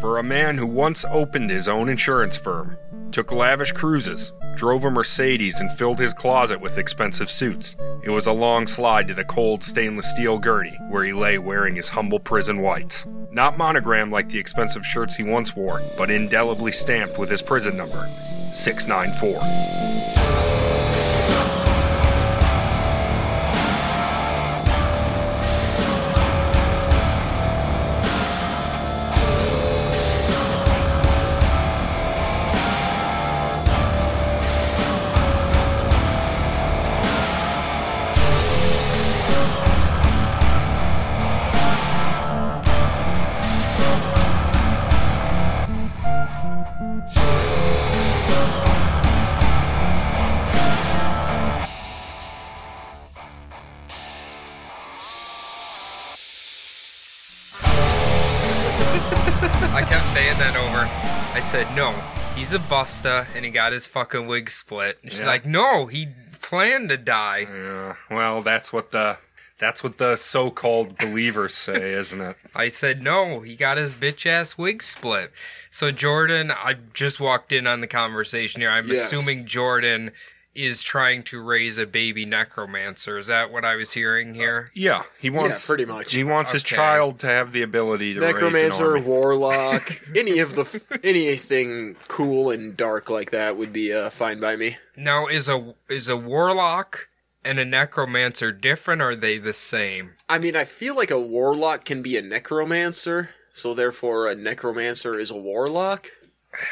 For a man who once opened his own insurance firm, took lavish cruises, drove a Mercedes, and filled his closet with expensive suits, it was a long slide to the cold stainless steel gurney where he lay wearing his humble prison whites. Not monogrammed like the expensive shirts he once wore, but indelibly stamped with his prison number 694. I kept saying that over. I said, no, he's a buster and he got his fucking wig split. And she's Yeah. Mm. like, no, he planned to die. Yeah, well, that's what the that's what the so-called believers say, isn't it? I said, no, he got his bitch ass wig split. So, Jordan, I just walked in on the conversation here. I'm Yes. assuming Jordan is trying to raise a baby necromancer. Is that what I was hearing here? Yeah, he wants pretty much. He wants his Okay. child to have the ability to raise an Necromancer, army. warlock, any of the f- anything cool and dark like that would be uh, fine by me. Now, is a is a warlock and a necromancer different? Or are they the same? I mean, I feel like a warlock can be a necromancer, so therefore a necromancer is a warlock.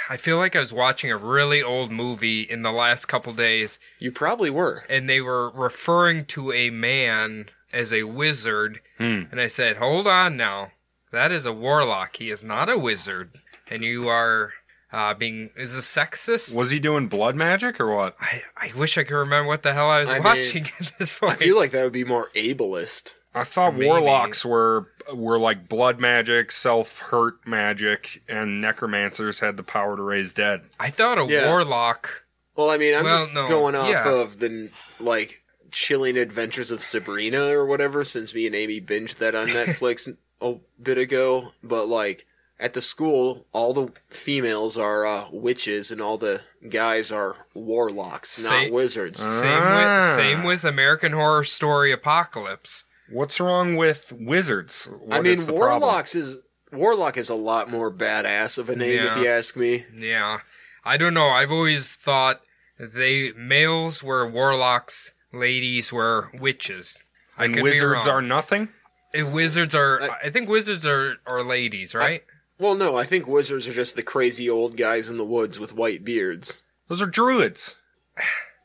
I feel like I was watching a really old movie in the last couple days, You probably were. and they were referring to a man as a wizard, Hmm. and I said, "Hold on now, that is a warlock. He is not a wizard, and you are uh, being is a sexist." Was he doing blood magic or what? I, I wish I could remember what the hell I was I mean, watching at this I point. feel like that would be more ableist. I thought Maybe. warlocks were were like blood magic, self-hurt magic, and necromancers had the power to raise dead. I thought a Yeah. warlock. Well, I mean, I'm Well, just no, going off yeah. of the like chilling adventures of Sabrina or whatever, since me and Amy binged that on Netflix a bit ago. But like at the school, all the females are uh, witches and all the guys are warlocks, not Say- wizards. Same Uh-huh. Ah. with same with American Horror Story Apocalypse. What's wrong with wizards? What I mean, is the problem? warlocks is warlock is a lot more badass of a name, if Yeah. you ask me. Yeah. I don't know. I've always thought they males were warlocks, ladies were witches. I and could be wizards are wrong. nothing. Eh, wizards are I- I, think wizards are, are ladies, right? Well, no, I think wizards are just the crazy old guys in the woods with white beards. Those are druids.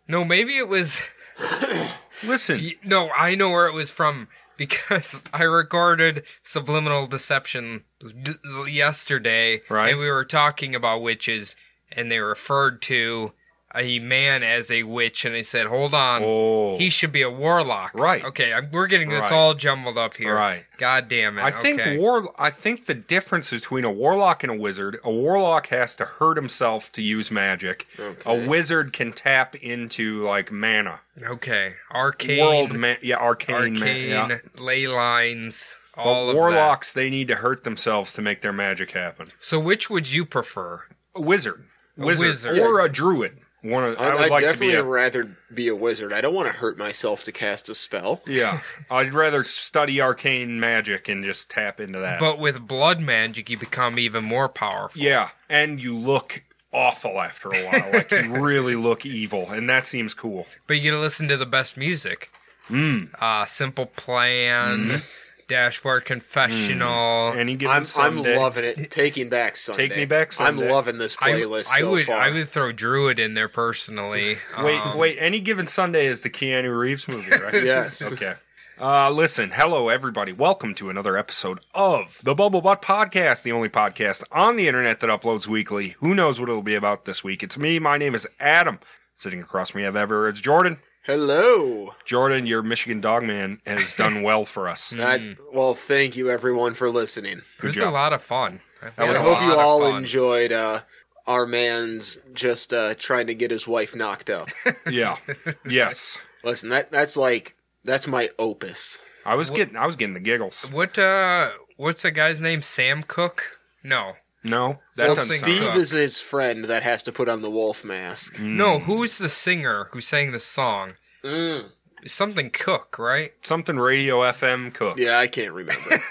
no, maybe it was Listen, y- no, I know where it was from because I recorded subliminal deception d- yesterday Right. and we were talking about witches and they referred to a man as a witch and they said, "Hold on." oh, um, He should be a warlock. Right. Okay, I'm, we're getting this Right. all jumbled up here. Right. God damn it. I think okay. war. I think the difference between a warlock and a wizard. A warlock has to hurt himself to use magic. Okay. A wizard can tap into like mana, okay. Arcane. world, ma- yeah, arcane, arcane. ma- yeah. Ley lines. All But of warlocks, they need to hurt themselves to make their magic happen. that. So which would you prefer? A wizard, A wizard, wizard. or a druid. One of, I I'd, would I'd like to definitely be a. rather be a wizard. I don't want to hurt myself to cast a spell. yeah, I'd rather study arcane magic and just tap into that. But with blood magic, you become even more powerful. yeah, and you look awful after a while. like you really look evil, and that seems cool. But you get to listen to the best music. Hmm. Uh, Simple Plan, Mm-hmm. Dashboard Hmm. Confessional. Any given I'm, I'm Sunday. loving it. Taking back Sunday. Take Me Back Sunday. I'm loving this I, playlist I so would far. I would throw Druid in there personally. Wait, Um, wait. Any given Sunday is the Keanu Reeves movie, right? Yes. Okay. Uh, listen, hello everybody. Welcome to another episode of the Bubble Butt Podcast, the only podcast on the internet that uploads weekly. Who knows what it'll be about this week? It's me. My name is Adam. Sitting across from me, I have Everett's Jordan. Hello. Jordan, your Michigan dog man has done well for us. I, well, thank you everyone for listening. It was a job. lot of fun. That was I a hope you lot of all fun. enjoyed uh, our man's just uh, trying to get his wife knocked up. yeah. Yes. Listen, that that's like that's my opus. I was getting, I was getting the giggles. What uh what's the guy's name? Sam Cook? No. No, that Well, doesn't Something- sound. Steve up. is his friend that has to put on the wolf mask. Hmm. No, who's the singer who sang the song? Mm. Something Cook, right? Something radio FM cook. Yeah, I can't remember.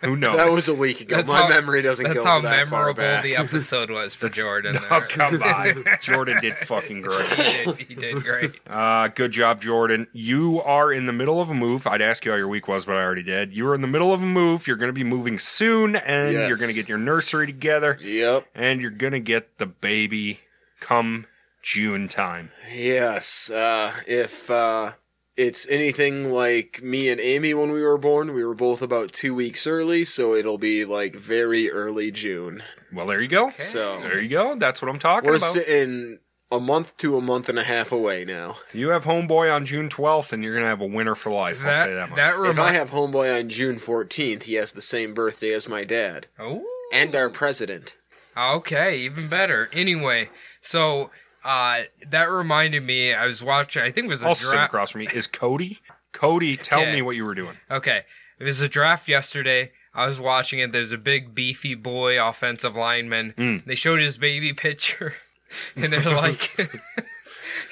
Who knows? that was a week ago. That's My how- memory doesn't That's go how that far memorable back. the episode was for Jordan. Oh, there. come on. Jordan did fucking great. he did. He did great. Uh, good job, Jordan. You are in the middle of a move. I'd ask you how your week was, but I already did. You were in the middle of a move. You're going to be moving soon, and Yes. you're going to get your nursery together, Yep. and you're going to get the baby come June time. Yes. Uh, if uh, it's anything like me and Amy when we were born, we were both about two weeks early, so it'll be like very early June. Well, there you go. So There you go. That's what I'm talking we're about. sitting a month to a month and a half away now. you have homeboy on June 12th, and you're going to have a winner for life. I'll That tell you that that, much. If I reminds. have homeboy on June 14th, he has the same birthday as my dad Oh. and our president. Okay, even better. Anyway, so uh, that reminded me. I was watching. I think it was a also sitting draft. across from me is Cody. Cody, tell Yeah. me what you were doing. Okay, it was a draft yesterday. I was watching it. There's a big beefy boy offensive lineman. Mm. They showed his baby picture, and they're like.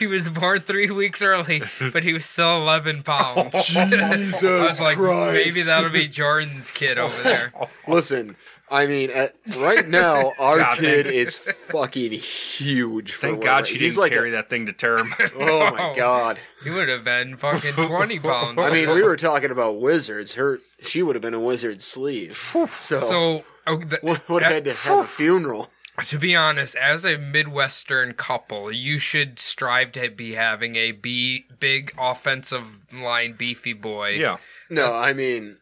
He was born three weeks early, but he was still 11 pounds. Jesus I was like, maybe that'll be Jordan's kid over there. Listen, I mean, at, right now our God, kid thank- is fucking huge. For Thank where God we're- she didn't he's like carry a- that thing to term. Oh my god! He would have been fucking 20 pounds. I mean, we were talking about wizards. Her, she would have been a wizard's sleeve. So, so oh, the, would would have had to have a funeral. to be honest, as a Midwestern couple, you should strive to be having a be, big offensive line beefy boy. yeah. No, I mean,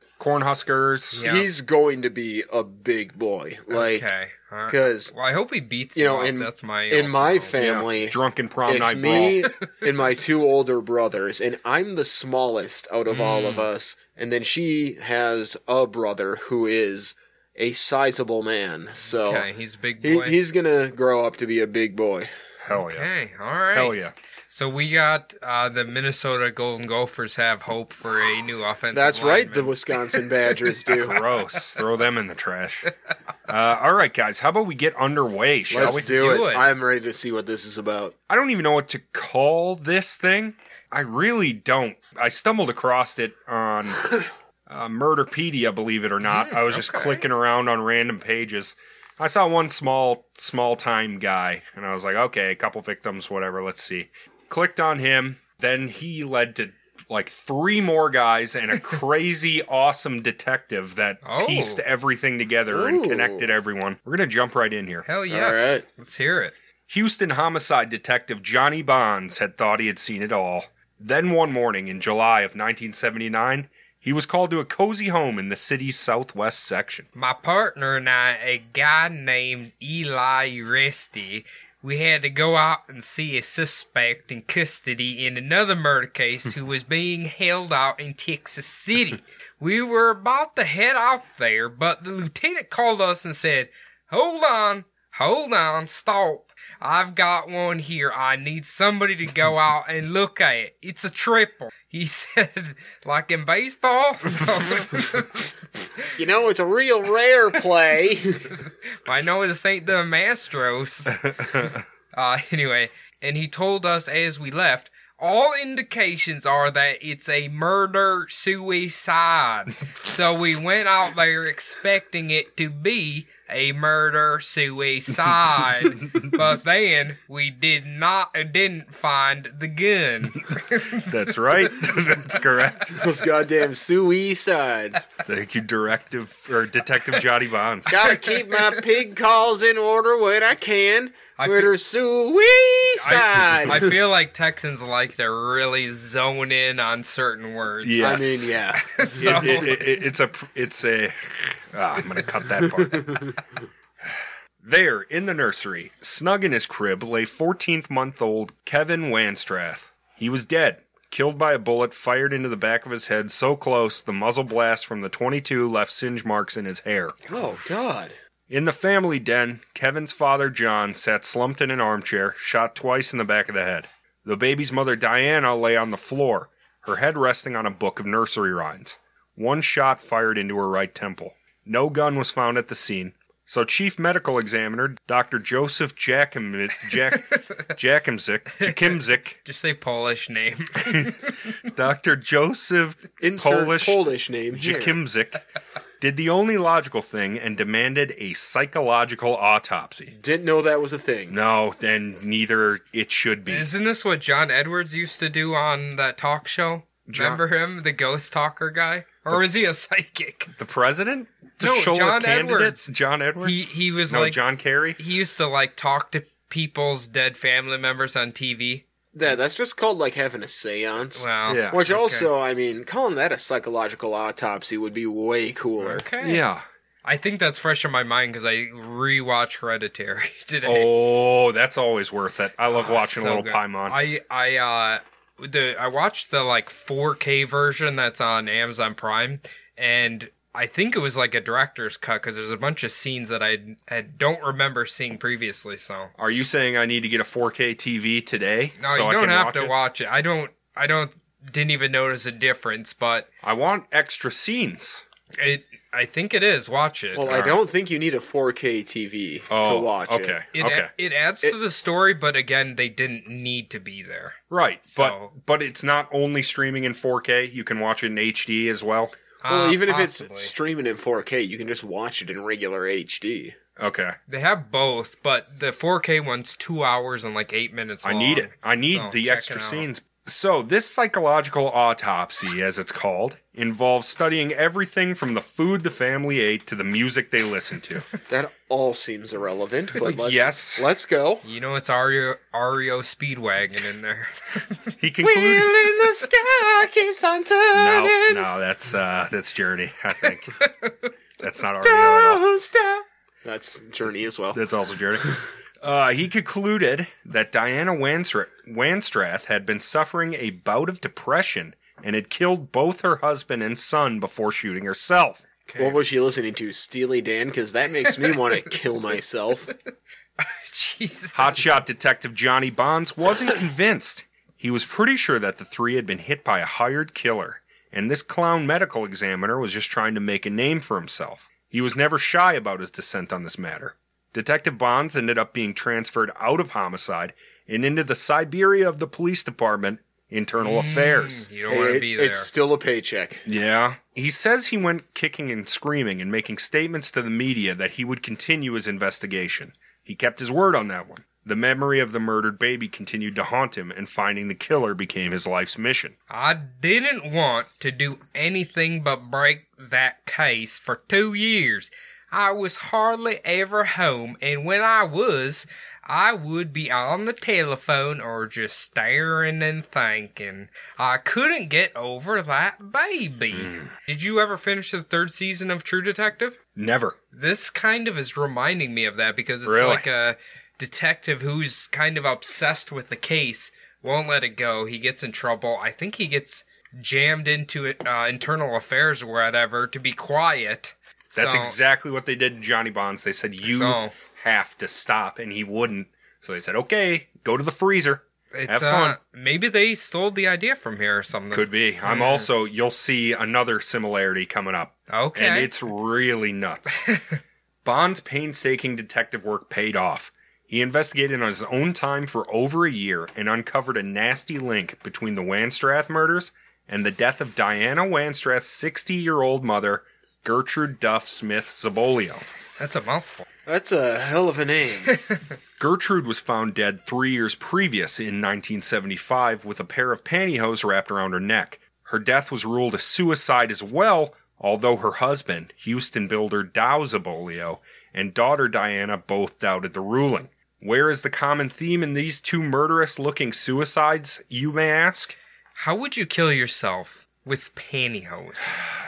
Cornhuskers. Yeah. he's going to be a big boy. Like, okay. all right. because well, I hope he beats you you. know, up. in- That's my in my ultimate- family, Drunken prom it's night me brawl. and my two older brothers, and I'm the smallest out of all of Mm. us. And then she has a brother who is a sizable man. So Okay, he's a big he, boy. he's gonna grow up to be a big boy. Hell yeah. okay, all right. Hell yeah. So we got uh, the Minnesota Golden Gophers have hope for a new offensive. That's right. The lineman. Wisconsin Badgers do. Gross. Throw them in the trash. Uh, all right, guys. How about we get underway, shall Let's we? do, do it. it. I'm ready to see what this is about. I don't even know what to call this thing. I really don't. I stumbled across it on uh, Murderpedia, believe it or not. I was just clicking around on random pages. I saw one small, small time guy, and I was like, okay, a couple victims, whatever, let's see. Clicked on him, then he led to like three more guys and a crazy, awesome detective that Oh. pieced everything together and Ooh. connected everyone. We're going to jump right in here. Hell yeah. All right. Let's hear it. Houston homicide detective Johnny Bonds had thought he had seen it all. Then one morning in July of 1979, he was called to a cozy home in the city's southwest section. my partner and I, a guy named Eli Resty, we had to go out and see a suspect in custody in another murder case who was being held out in Texas City. we were about to head off there, but the lieutenant called us and said, Hold on, hold on, stop. I've got one here. I need somebody to go out and look at it. It's a triple. He said, like in baseball. You know, it's a real rare play. I know this ain't the Mastros. uh, anyway, and he told us as we left, all indications are that it's a murder suicide. so we went out there expecting it to be a murder suicide, but then we did not didn't find the gun. That's right. That's correct. Those goddamn suicides. Thank you, directive or detective Johnny Bonds. Gotta keep my pig calls in order when I can. I Murder suicide. I feel like Texans like to really zone in on certain words. Yes. I mean, yeah. So- It- it- it- it's a pr- it's a ah, I'm gonna cut that part. there in the nursery, snug in his crib, lay 14th month old Kevin Wanstrath. He was dead, killed by a bullet fired into the back of his head so close the muzzle blast from the 22 left singe marks in his hair. Oh God. In the family den, Kevin's father John sat slumped in an armchair, shot twice in the back of the head. The baby's mother Diana lay on the floor, her head resting on a book of nursery rhymes. One shot fired into her right temple. No gun was found at the scene. So, Chief Medical Examiner Dr. Joseph Jakim, Jack, Jakimzik, Jakimzik, Just say Polish name. Dr. Joseph Insert Polish- Polish, name here. Jakimzik did the only logical thing and demanded a psychological autopsy. Didn't know that was a thing. No, then neither it should be. Isn't this what John Edwards used to do on that talk show? John- Remember him, the ghost talker guy? Or was he a psychic? The president? To No, show John a candidate? Edwards. John Edwards? He he was no, like John Kerry? he used to like talk to people's dead family members on TV. That that's just called like having a séance. Wow. Yeah. Which okay. also, I mean, calling that a psychological autopsy would be way cooler. Okay. Yeah. I think that's fresh in my mind because I rewatched Hereditary today. Oh, that's always worth it. I love Oh, watching so a little good. Paimon. I I uh the I watched the like 4K version that's on Amazon Prime, and I think it was like a director's cut because there's a bunch of scenes that I, I don't remember seeing previously. So Are you saying I need to get a 4K TV today? no, so you I don't can have watch to it? watch it. I don't. I don't. Didn't even notice a difference, but I want extra scenes. it. I think it is. Watch it. Well, I Alright. don't think you need a 4K TV Oh, to watch it. okay, It, e- okay, it adds to the story, but again, they didn't need to be there. right. so- But but it's not only streaming in 4K. You can watch it in HD as well. Well, Uh, even if it's possibly. streaming in 4K, you can just watch it in regular HD. Okay, They have both, but the 4K one's two hours and like eight minutes long. I need it. I need So, the check extra it out. scenes. So this psychological autopsy, as it's called, involves studying everything from the food the family ate to the music they listened to. That all seems irrelevant, but let's, Yes. let's go. You know it's Ario Ario Speedwagon in there. He concluded. the sky keeps on No, no, that's uh, that's Journey. I think that's not already at all. That's Journey as well. That's also Jared. Uh, he concluded that Diana Wanstra- Wanstrath had been suffering a bout of depression and had killed both her husband and son before shooting herself. What was she listening to? Steely Dan? Because that makes me want to kill myself. Jesus. Hotshot Detective Johnny Bonds wasn't convinced. He was pretty sure that the three had been hit by a hired killer, and this clown medical examiner was just trying to make a name for himself. He was never shy about his dissent on this matter. Detective Bonds ended up being transferred out of homicide and into the Siberia of the police department internal affairs. You don't want to It- be there. It's still a paycheck. Yeah. He says he went kicking and screaming and making statements to the media that he would continue his investigation. He kept his word on that one. The memory of the murdered baby continued to haunt him, and finding the killer became his life's mission. I didn't want to do anything but break that case for two years. I was hardly ever home, and when I was, I would be on the telephone or just staring and thinking. I couldn't get over that baby. Did you ever finish the third season of True Detective? Never. This kind of is reminding me of that because it's Really? like a detective who's kind of obsessed with the case, won't let it go. He gets in trouble. I think he gets jammed into it, uh, internal affairs or whatever to be quiet. That's So- exactly what they did to Johnny Bonds. They said, You So- have to stop, and he wouldn't. So they said, Okay, go to the freezer. It's, Have fun. Uh, maybe they stole the idea from here or something. Could be. I'm also, you'll see another similarity coming up. Okay. And it's really nuts. Bond's painstaking detective work paid off. He investigated on his own time for over a year and uncovered a nasty link between the Wanstrath murders and the death of Diana Wanstrath's 60 year old mother, Gertrude Duff Smith Zabolio. That's a mouthful. That's a hell of a name. Gertrude was found dead three years previous in 1975 with a pair of pantyhose wrapped around her neck. Her death was ruled a suicide as well, although her husband, Houston builder Dow Zabolio, and daughter Diana both doubted the ruling. Where is the common theme in these two murderous looking suicides, you may ask? How would you kill yourself with pantyhose?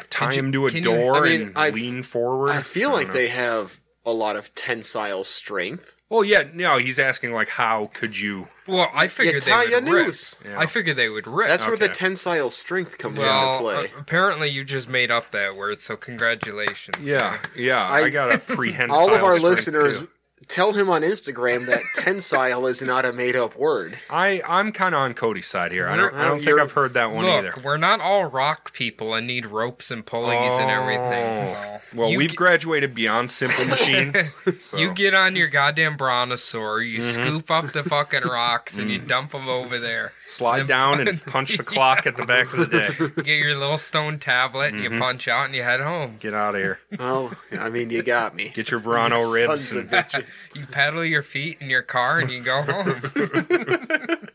Tie you- him to a can you- door I mean, and I've- lean forward? I feel don't like know. they have a lot of tensile strength. Well, yeah, no, he's asking, like, how could you. Well, I figured they tie would your rip. noose. Yeah. I figured they would rip. That's where the Okay. uh, tensile strength comes into well, play. a- apparently you just made up that word, so congratulations. Yeah, yeah, I, I- got a prehensile. All of our strength, listeners too. Tell him on Instagram that tensile is not a made up word. I I'm kind of on Cody's side here. I don't I Well, don't think you're- I've heard that one Look, either. we're not all rock people and need ropes and pulleys and everything. So Oh. Well, you we've g- graduated beyond simple machines. So. Mm-hmm. You get on your goddamn brontosaur, you scoop up the fucking rocks, and you dump them over there. slide down and punch the clock at the back of the day. You get your little stone tablet, and Mm-hmm. you punch out, and you head home. Get out of here. Oh, I mean, you got me. Get your Bronto ribs. Sons And, of bitches. You pedal your feet in your car, and you go home.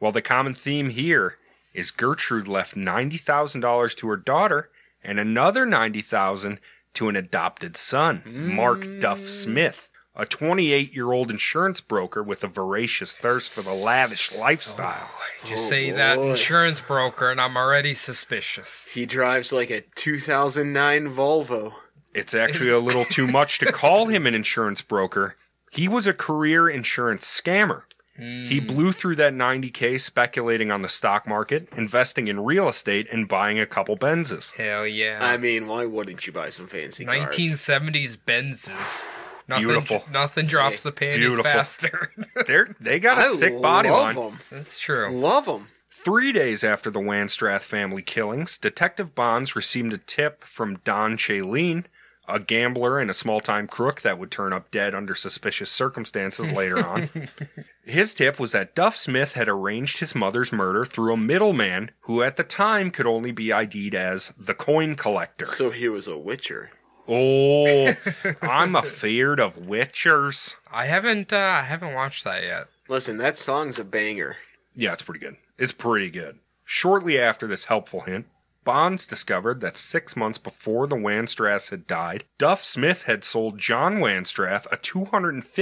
well, the common theme here is Gertrude left ninety thousand dollars to her daughter and another ninety thousand to an adopted son, Mark Duff Smith. A 28 year old insurance broker with a voracious thirst for the lavish lifestyle. you Oh, say that boy. insurance broker, and I'm already suspicious. He drives like a 2009 Volvo. It's actually a little too much to call him an insurance broker. He was a career insurance scammer. He Hmm. blew through that 90K speculating on the stock market, investing in real estate, and buying a couple Benzes. Hell yeah. I mean, why wouldn't you buy some fancy cars? 1970s Benzes. Nothing, Beautiful. Nothing drops the panties Beautiful. faster. They're, they got a I sick body line. love them. That's true. Love them. Three days after the Wanstrath family killings, Detective Bonds received a tip from Don Chaleen, a gambler and a small time crook that would turn up dead under suspicious circumstances later on. His tip was that Duff Smith had arranged his mother's murder through a middleman who at the time could only be ID'd as the coin collector. So he was a witcher. oh, I'm afeard of witchers. I haven't uh, I haven't watched that yet. Listen, that song's a banger. Yeah, it's pretty good. It's pretty good. Shortly after this helpful hint, Bonds discovered that six months before the Wanstraths had died, Duff Smith had sold John Wanstrath a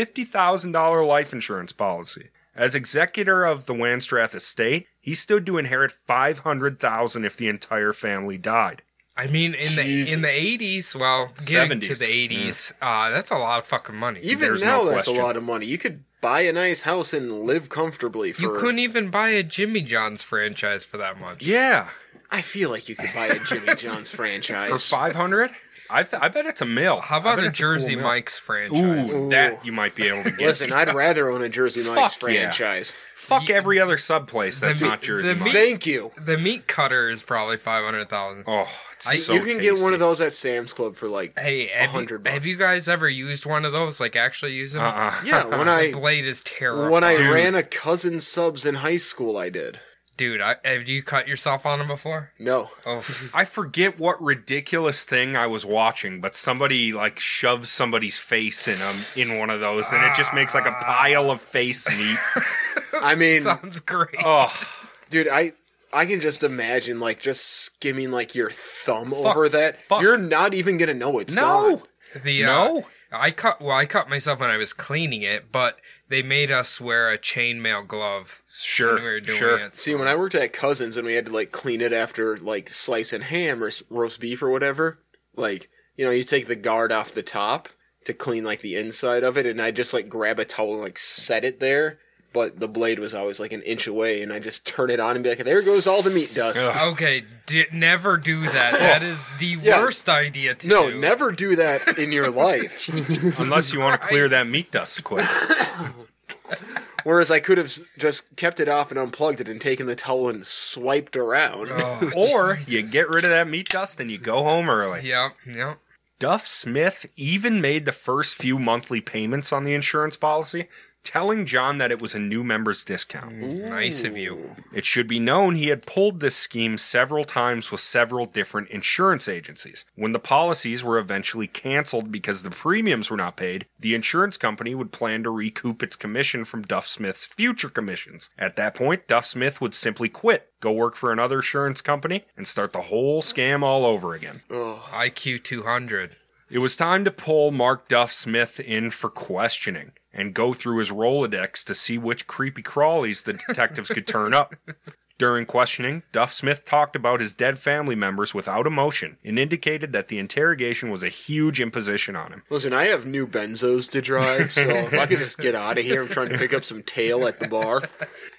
$250,000 life insurance policy. As executor of the Wanstrath estate, he stood to inherit 500000 if the entire family died. I mean, in the in Jesus. the eighties, well, getting to 70s, the eighties, uh, that's a lot of fucking money. Even There's now, no that's a question. lot of money. You could buy a nice house and live comfortably for. you couldn't even buy a Jimmy John's franchise for that much. Yeah, I feel like you could buy a Jimmy John's franchise. for 500? I th- I bet it's a mill. How I about bet a it's Jersey cool mill. Mike's franchise? Ooh, Ooh. that you might be able to get. Listen, I'd rather own a Jersey Mike's Fuck yeah. franchise. Fuck every other sub place that's The me- not Jersey the Mike's. me- Thank you. The meat cutter is probably five hundred thousand. Oh, it's I- so you can get one of those. those at Sam's Club for like. Hey, have you, 100 bucks. have you guys ever used one of those? Like actually use them? Uh-uh. Yeah, when I The blade is terrible. when I Dude. ran a cousin subs in high school, I did. Dude, I, have you cut yourself on them before? No, Oh, I forget what ridiculous thing I was watching, but somebody like shoves somebody's face in um in one of those, and it just makes like a pile of face meat. I mean, sounds great. Uh, oh, dude, I I can just imagine like just skimming like your thumb Fuck, over that. fuck. You're not even gonna know it's no, gone. The, No. uh, I cut. Well, I cut myself when I was cleaning it, but they made us wear a chainmail glove sure, when we were doing sure. it. See, when I worked at Cousins and we had to like clean it after like slicing ham or s- roast beef or whatever, like you know, you take the guard off the top to clean like the inside of it, and I just like grab a towel and like set it there. But the blade was always like an inch away, and I just turn it on and be like, "There goes all the meat dust." Okay, d- never do that. That is the Yeah. worst idea to No, do. never do that in your life. Unless you want to clear that meat dust quick. Whereas I could have s- just kept it off and unplugged it and taken the towel and swiped around. Oh, or you get rid of that meat dust and you go home early. yep, yep. Duff Smith even made the first few monthly payments on the insurance policy, telling John that it was a new member's discount. Nice of you. It should be known he had pulled this scheme several times with several different insurance agencies. When the policies were eventually canceled because the premiums were not paid, the insurance company would plan to recoup its commission from Duff Smith's future commissions. At that point, Duff Smith would simply quit, go work for another insurance company, and start the whole scam all over again. IQ two hundred. It was time to pull Mark Duff Smith in for questioning and go through his Rolodex to see which creepy crawlies the detectives could turn up. During questioning, Duff Smith talked about his dead family members without emotion and indicated that the interrogation was a huge imposition on him. Listen, I have new benzos to drive, so if I could just get out of here, I'm trying to pick up some tail at the bar.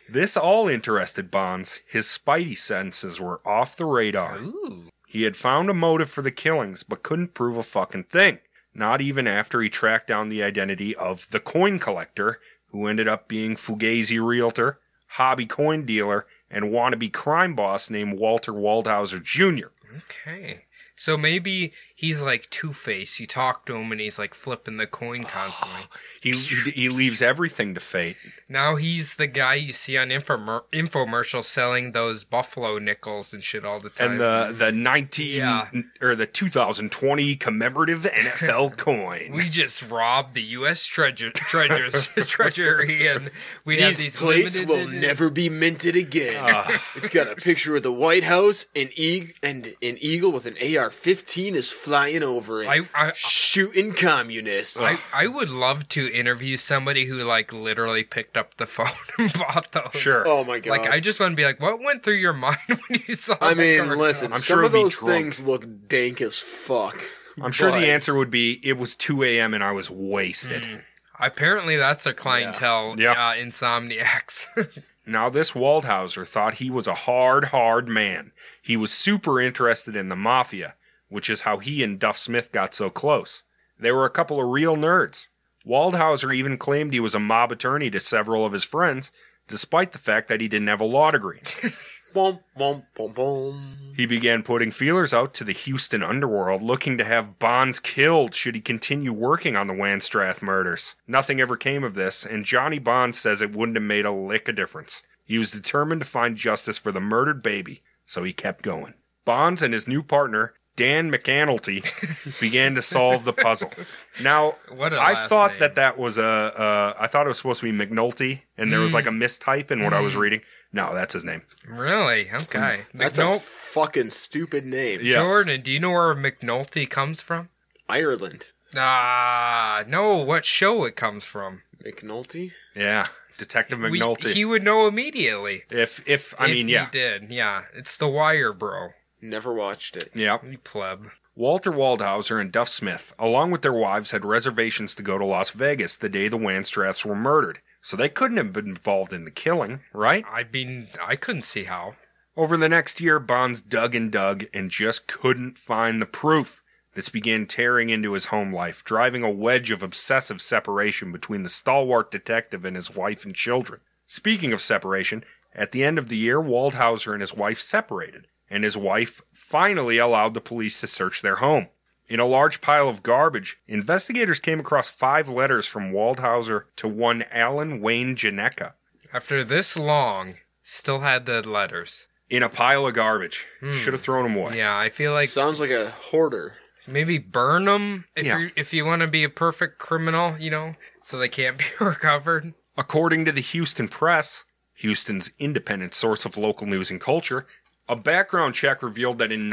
This all interested Bonds. His spidey senses were off the radar. Ooh. He had found a motive for the killings, but couldn't prove a fucking thing. not even after he tracked down the identity of the coin collector, who ended up being Fugazi realtor, hobby coin dealer, and wannabe crime boss named Walter Waldhauser Jr. Okay. So maybe he's like Two Face. You talk to him and he's like flipping the coin constantly. He, he, he leaves everything to fate. Now he's the guy you see on infomer- infomercials selling those buffalo nickels and shit all the time. And the, the 19 Yeah. or the 2020 commemorative NFL coin. we just robbed the U.S. Treasure, treasures, treasury, and we have These these plates limited Ah. will edi- never be minted again. it's got a picture of the White House, an eag- and an eagle with an AR-15 is flying over it, I- I- shooting communists. I, I would love to interview somebody who like literally picked up the phone and bought those. Sure. oh my god! Like I just want to be like, what went through your mind when you saw? I that mean, cartoon? listen, I'm some sure of he'll be those drunk. things look dank as fuck. I'm sure but- the answer would be it was 2 a.m. and I was wasted. Apparently, that's a clientele, Yeah. Uh, insomniacs. Now, this Waldhauser thought he was a hard, hard man. He was super interested in the mafia, which is how he and Duff Smith got so close. They were a couple of real nerds. Waldhauser even claimed he was a mob attorney to several of his friends, despite the fact that he didn't have a law degree. Boom, boom, boom, boom. He began putting feelers out to the Houston underworld, looking to have Bonds killed should he continue working on the Wanstrath murders. Nothing ever came of this, and Johnny Bonds says it wouldn't have made a lick of difference. He was determined to find justice for the murdered baby, so he kept going. Bonds and his new partner, Dan McAnulty, began to solve the puzzle. Now, What a I last thought name. that that was a, uh, I thought it was supposed to be McNulty, and there was like a mistype in what I was reading. No, that's his name. really? Okay. That's a McNul- fucking stupid name. Yes. Jordan, do you know where McNulty comes from? Ireland. Ah, no. What show it comes from? McNulty? Yeah, Detective We- McNulty. he would know immediately. If if I if mean yeah he did. Yeah, it's The Wire, bro. Never watched it. yeah. You pleb. Walter Waldhauser and Duff Smith, along with their wives, had reservations to go to Las Vegas the day the Wanstraths were murdered, so they couldn't have been involved in the killing, right? I mean, I couldn't see how. Over the next year, Bonds dug and dug and just couldn't find the proof. This began tearing into his home life, driving a wedge of obsessive separation between the stalwart detective and his wife and children. Speaking of separation, at the end of the year, Waldhauser and his wife separated, and his wife finally allowed the police to search their home. In a large pile of garbage, investigators came across five letters from Waldhauser to one Alan Wayne Janeka. After this long, still had the letters. In a pile of garbage. Should have thrown them away. Yeah, I feel like Sounds like a hoarder. maybe burn them if Yeah. you if you want to be a perfect criminal, you know, so they can't be recovered. According to the Houston Press, Houston's independent source of local news and culture, a background check revealed that in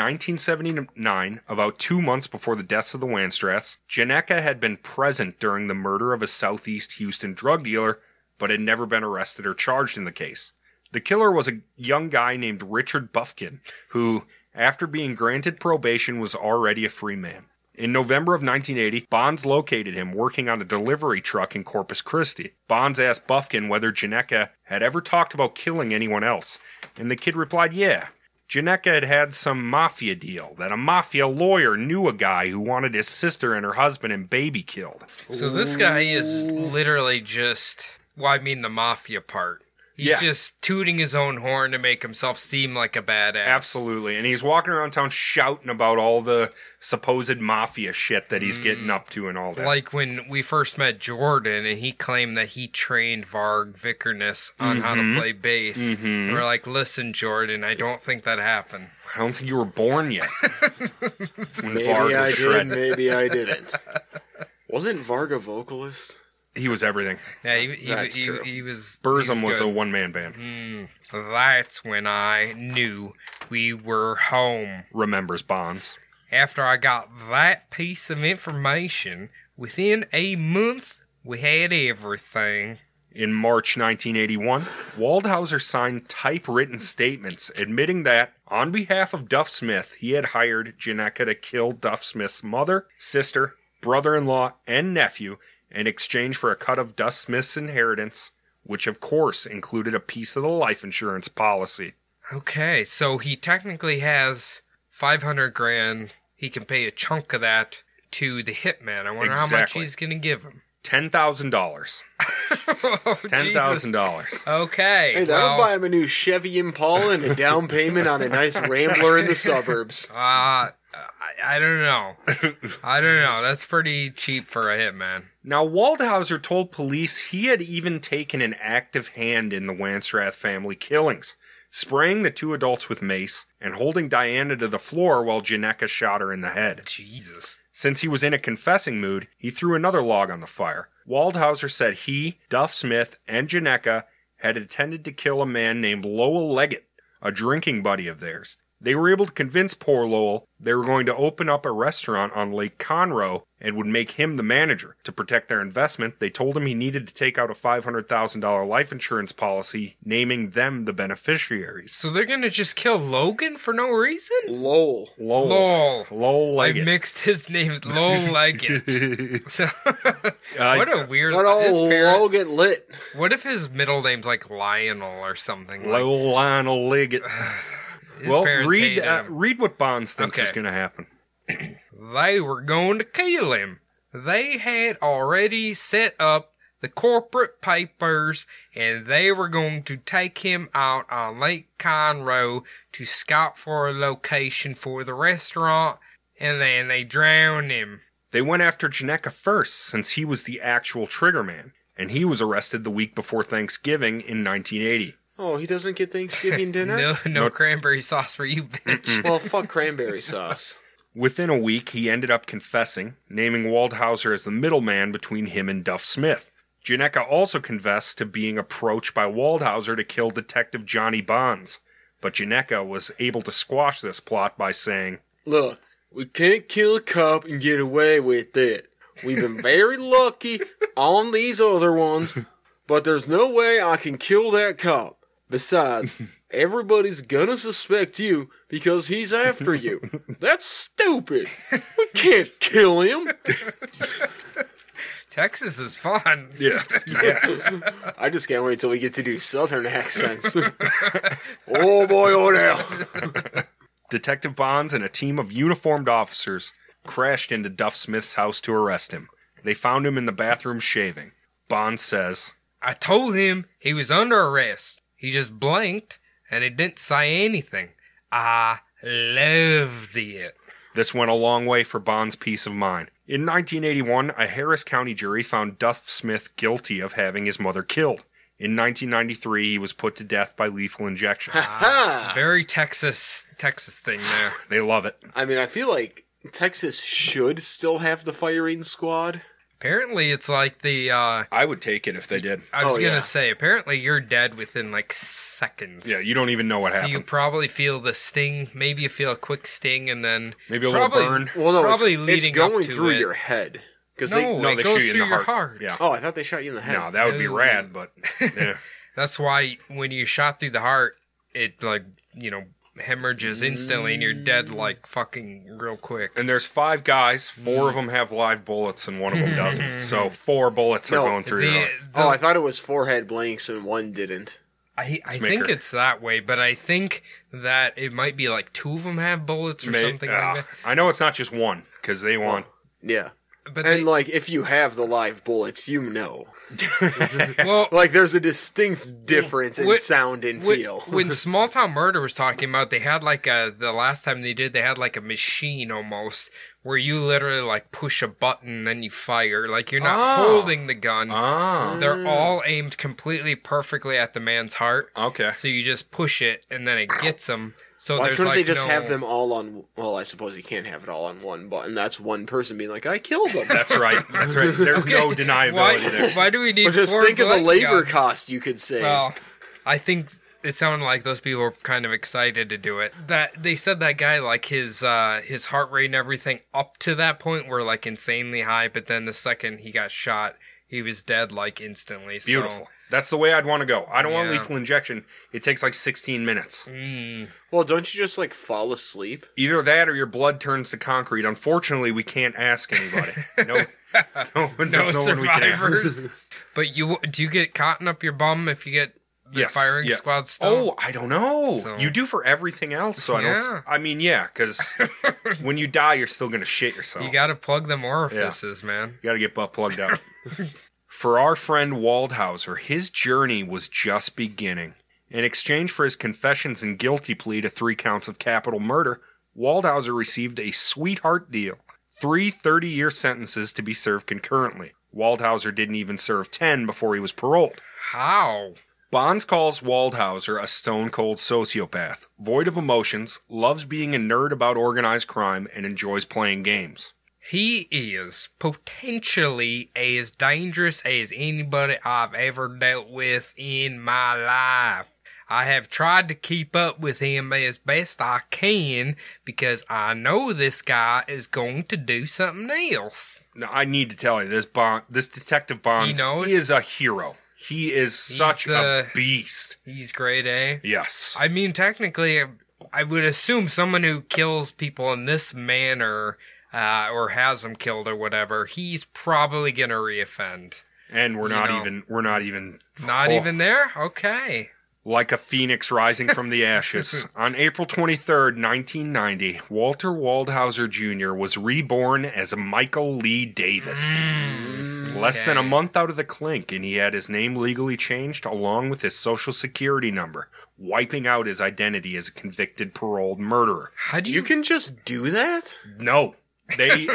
1979, about two months before the deaths of the Wanstraths, Janeka had been present during the murder of a southeast Houston drug dealer, but had never been arrested or charged in the case. The killer was a young guy named Richard Buffkin, who, after being granted probation, was already a free man. In November of 1980, Bonds located him working on a delivery truck in Corpus Christi. Bonds asked Buffkin whether Janeka had ever talked about killing anyone else, and the kid replied, Yeah. Janeka had had some mafia deal that a mafia lawyer knew a guy who wanted his sister and her husband and baby killed. So this guy is literally just well, I mean the mafia part. He's Yeah. just tooting his own horn to make himself seem like a badass. Absolutely. And he's walking around town shouting about all the supposed mafia shit that he's getting up to and all that. Like when we first met Jordan and he claimed that he trained Varg Vikernes on how to Mm-hmm. play bass. And we're like, listen, Jordan, I don't think that happened. I don't think you were born yet. when Maybe Varg was I did, shredded. maybe I didn't. Wasn't Varg a vocalist? He was everything. Yeah, he, he, That's he, true. he was. Burzum he was, good. a one man band. That's when I knew we were home. Remembers Bonds. After I got that piece of information, within a month, we had everything. In March 1981, Waldhauser signed typewritten statements admitting that, on behalf of Duff Smith, he had hired Janeka to kill Duff Smith's mother, sister, brother in law, and nephew in exchange for a cut of Duff Smith's inheritance, which of course included a piece of the life insurance policy. Okay, so he technically has 500 grand. He can pay a chunk of that to the hitman. I wonder how much Exactly. he's going to give him. Ten thousand dollars. Oh, Ten Jesus. thousand dollars. Okay. Hey, that'll well, buy him a new Chevy Impala and a down payment on a nice Rambler in the suburbs. uh, I, I don't know. I don't know. That's pretty cheap for a hitman. Now Waldhauser told police he had even taken an active hand in the Wansrath family killings, spraying the two adults with mace and holding Diana to the floor while Janeka shot her in the head. Jesus. Since he was in a confessing mood, he threw another log on the fire. Waldhauser said he, Duff Smith, and Janeka had intended to kill a man named Lowell Leggett, a drinking buddy of theirs. They were able to convince poor Lowell they were going to open up a restaurant on Lake Conroe and would make him the manager. To protect their investment, they told him he needed to take out a $500,000 life insurance policy, naming them the beneficiaries. So they're going to just kill Logan for no reason? Lol. Lowell. Lol. Lowell I Leggett. mixed his names. Lol Leggett. so, Uh, what a weird. What his all parent- Lol get lit? what if his middle name's like Lionel or something? Like, Lowell Lionel Leggett. his well, parents read hated uh, him. read what Bonds thinks is Okay. going to happen. they were going to kill him. They had already set up the corporate papers and they were going to take him out on Lake Conroe to scout for a location for the restaurant and then they drowned him. They went after Janeka first, since he was the actual trigger man, and he was arrested the week before Thanksgiving in 1980. Oh, he doesn't get Thanksgiving dinner? No, no, No. cranberry sauce for you, bitch. Well, fuck cranberry sauce. Within a week, he ended up confessing, naming Waldhauser as the middleman between him and Duff Smith. Janeka also confessed to being approached by Waldhauser to kill Detective Johnny Bonds, but Janeka was able to squash this plot by saying, Look, we can't kill a cop and get away with it. We've been very lucky on these other ones, but there's no way I can kill that cop. Besides, everybody's gonna suspect you because he's after you. That's stupid. We can't kill him. Texas is fun. Yes, yes. I just can't wait till we get to do southern accents. oh boy, oh now. Detective Bonds and a team of uniformed officers crashed into Duff Smith's house to arrest him. They found him in the bathroom shaving. Bonds says, I told him he was under arrest. He just blinked and he didn't say anything. I loved it. This went a long way for Bond's peace of mind. In 1981, a Harris County jury found Duff Smith guilty of having his mother killed. In 1993, he was put to death by lethal injection. Ha! Very Texas Texas thing there. they love it. I mean, I feel like Texas should still have the firing squad. apparently it's like the uh I would take it if they did. I was Oh, gonna yeah. say, apparently you're dead within like seconds. Yeah, you don't even know what So you happened. probably feel the sting, maybe you feel a quick sting and then Maybe a little probably- burn. Well, no, Probably it's, leading it's going up to through it. your head because No. they. No, it they goes shoot you in through the your heart. heart. Yeah. Oh, I thought they shot you in the head. No, that would be No. rad, but yeah. that's why when you shot through the heart it like you know hemorrhages instantly and you're dead like fucking real quick. And there's five guys. Four of them have live bullets, and one of them doesn't. So four bullets No, are going through. your The- heart. the- oh, I thought it was four head blanks and one didn't. I, I maker. think it's that way, but I think that it might be like two of them have bullets or Ma- something ah, like that. I know it's not just one because they want. Yeah, But and they, like if you have the live bullets, you know, well, like there's a distinct difference in Wh- sound and when, feel. when Small Town Murder was talking about, they had like a the last time they did, they had like a machine almost where you literally like push a button and then you fire. Like you're not Oh. holding the gun. Ah, They're all aimed completely perfectly at the man's heart. okay. So you just push it and then it gets him. So Why there's couldn't like they just no- have them all on? Well, I suppose you can't have it all on one button. That's one person being like, "I killed them." That's right. That's right. There's no deniability Why, there. why do we need? But just four think of the blood labor guns? cost you could save. Well, I think it sounded like those people were kind of excited to do it. That they said that guy like his uh his heart rate and everything up to that point were like insanely high, but then the second he got shot, he was dead like instantly. So, Beautiful. That's the way I'd want to go. I don't want Yeah. lethal injection. It takes like 16 minutes. Mm, well, don't you just like fall asleep? Either that or your blood turns to concrete. Unfortunately, we can't ask anybody. No, no, no there's no one we can ask. survivors. but you do you get cotton up your bum if you get the Yes, firing yeah. squad stuff? Oh, I don't know. So- You do for everything else, so I don't. Yeah. I mean, yeah, because when you die, you're still gonna shit yourself. you got to plug them orifices, man. You got to get butt plugged out. for our friend Waldhauser, his journey was just beginning. In exchange for his confessions and guilty plea to three counts of capital murder, Waldhauser received a sweetheart deal three 30 year sentences to be served concurrently. Waldhauser didn't even serve 10 before he was paroled. How? Bonds calls Waldhauser a stone cold sociopath, void of emotions, loves being a nerd about organized crime, and enjoys playing games. He is potentially as dangerous as anybody I've ever dealt with in my life. I have tried to keep up with him as best I can because I know this guy is going to do something else. Now, I need to tell you this Bond, this detective Bonds, He he, knows. is a hero. He is such uh, a beast. He's great, eh? Yes, I mean, technically, I would assume someone who kills people in this manner uh, or has them killed or whatever, he's probably going to reoffend. and we're you not know. even we're not even Not Oh. even there? Okay. like a phoenix rising from the ashes. On April twenty third, nineteen ninety, Walter Waldhauser Jr. was reborn as Michael Lee Davis. Less than a okay. month out of the clink, and he had his name legally changed along with his social security number, wiping out his identity as a convicted paroled murderer. How do You you can just do that? No. They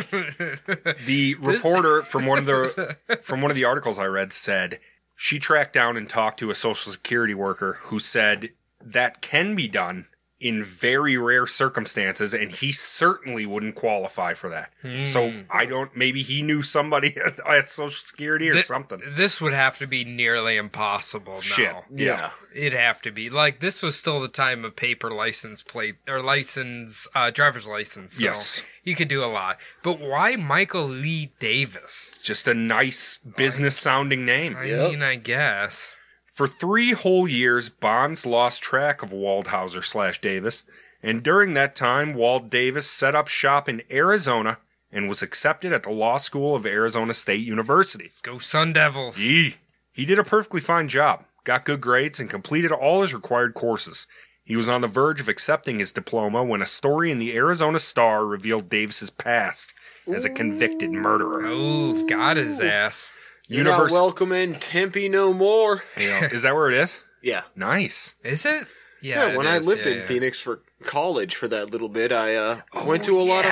the reporter from one of the from one of the articles I read said she tracked down and talked to a social security worker who said that can be done in very rare circumstances and he certainly wouldn't qualify for that. So Hmm. I don't maybe he knew somebody at, at social security or Thi- something. This would have to be nearly impossible. uh, No. Shit. Yeah. It'd have to be like this was still the time of paper license plate or license uh, driver's license. So Yes. you could do a lot. But why Michael Lee Davis? Just a nice business sounding name. I Yep. mean, I guess For three whole years, Bonds lost track of Waldhauser slash Davis, and during that time, Wald Davis set up shop in Arizona and was accepted at the law school of Arizona State University. go Sun Devils. Yee. He did a perfectly fine job, got good grades, and completed all his required courses. He was on the verge of accepting his diploma when a story in the Arizona Star revealed Davis's past as a convicted murderer. Oh, got his ass. You're not Univers- welcome in Tempe no more. Yeah, is that where it is? Yeah. Nice. Is it? Yeah, it when I is. lived Yeah, in yeah. Oh, Phoenix for college for that little bit, I uh, went to a lot of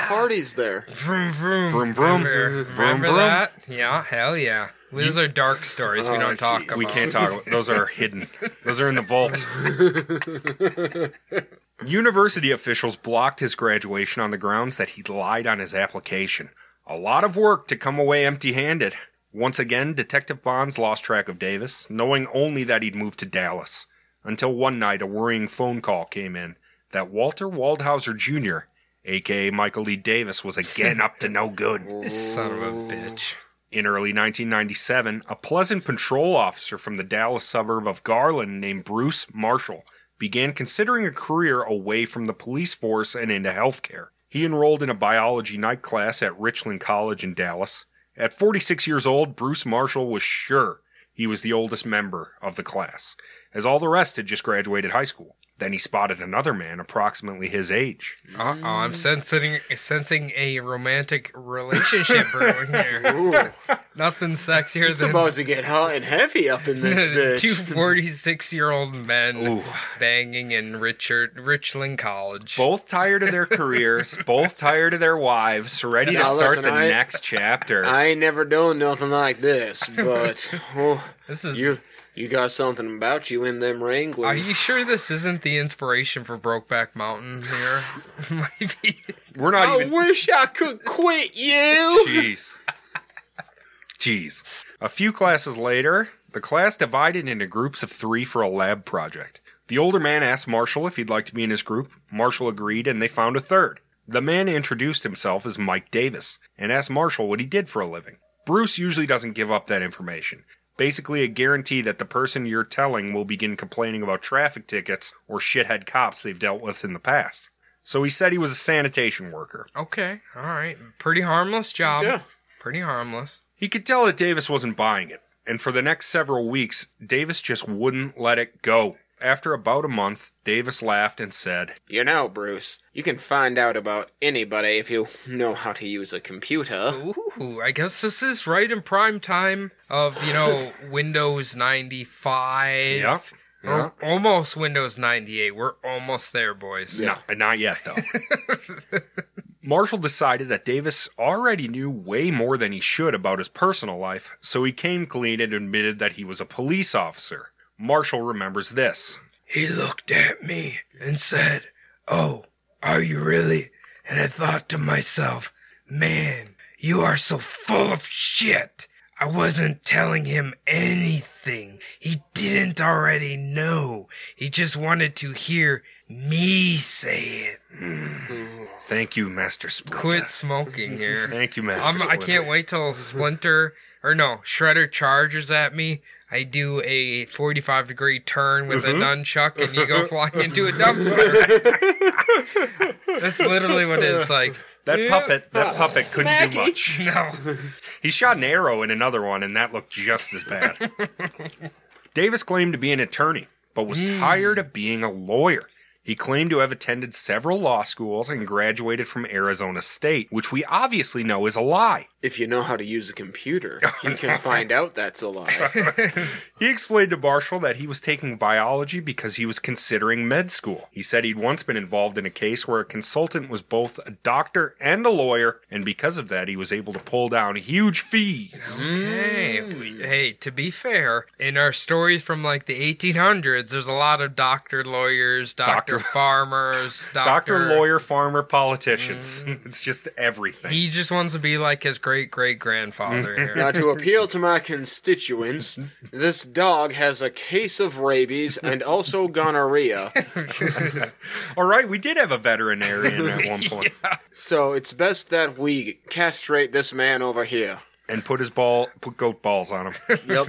parties there. Vroom vroom. Vroom, vroom. Remember, Vroom, remember vroom. that? Yeah. Hell yeah. These are dark stories we Oh, don't talk jeez. about. We can't talk about those are hidden. Those are in the vault. University officials blocked his graduation on the grounds that he lied on his application. A lot of work to come away empty-handed. Once again, Detective Bonds lost track of Davis, knowing only that he'd moved to Dallas, until one night a worrying phone call came in that Walter Waldhauser Jr., aka Michael E. Davis, was again up to no good. This son of a bitch. In early 1997, a Pleasant patrol officer from the Dallas suburb of Garland named Bruce Marshall began considering a career away from the police force and into healthcare. He enrolled in a biology night class at Richland College in Dallas. At 46 years old, Bruce Marshall was sure he was the oldest member of the class, as all the rest had just graduated high school. Then he spotted another man approximately his age. Uh oh, I'm Mm. sensing sensing a romantic relationship brewing here. Ooh, Nothing sexier it's than about to get hot and heavy up in this two bitch. 46 year old men Ooh. banging in Richard Richland College. both tired of their careers, both tired of their wives, ready to Now, start listen, the I- next chapter. I ain't never done nothing like this, but oh, This is. you you got something about you in them Wranglers. are you sure this isn't the inspiration for Brokeback Mountain here? Maybe. We're not I even. wish I could quit you. Jeez. Jeez. A few classes later, the class divided into groups of three for a lab project. The older man asked Marshall if he'd like to be in his group. Marshall agreed, and they found a third. The man introduced himself as Mike Davis and asked Marshall what he did for a living. Bruce usually doesn't give up that information. Basically, a guarantee that the person you're telling will begin complaining about traffic tickets or shithead cops they've dealt with in the past. So he said he was a sanitation worker. Okay, all right. Pretty harmless job. Yeah. Pretty harmless. He could tell that Davis wasn't buying it. And for the next several weeks, Davis just wouldn't let it go. After about a month, Davis laughed and said, You know, Bruce, you can find out about anybody if you know how to use a computer. Ooh, I guess this is right in prime time of, you know, Windows 95. Yeah. yeah. Or almost Windows 98. We're almost there, boys. Yeah. No, not yet, though. Marshall decided that Davis already knew way more than he should about his personal life, so he came clean and admitted that he was a police officer. Marshall remembers this. He looked at me and said, Oh, are you really? And I thought to myself, Man, you are so full of shit. I wasn't telling him anything. He didn't already know. He just wanted to hear me say it. Thank you, Master Splinter. Quit smoking here. Thank you, Master I'm, I Splinter. can't wait till Splinter or no Shredder charges at me. I do a 45 degree turn with Mm-hmm. a nunchuck, and you go flying into a dumpster. That's literally what it's like. That puppet, that puppet couldn't do Smacky. much. No, He shot an arrow in another one, and that looked just as bad. Davis claimed to be an attorney, but was tired of being a lawyer. He claimed to have attended several law schools and graduated from Arizona State, which we obviously know is a lie. If you know how to use a computer, you can find out that's a lie. He explained to Marshall that he was taking biology because he was considering med school. He said he'd once been involved in a case where a consultant was both a doctor and a lawyer, and because of that, he was able to pull down huge fees. hey, Mm. hey. To be fair, in our stories from like the 1800s, there's a lot of doctor lawyers, doctor, Doctor- farmers, doctor, Doctor, lawyer, farmer, politicians. It's just everything. He just wants to be like his great great grandfather. here. Now, to appeal to my constituents, this dog has a case of rabies and also gonorrhea, All right, we did have a veterinarian at one point so it's best that we castrate this man over here. and put his ball, put goat balls on him. Yep.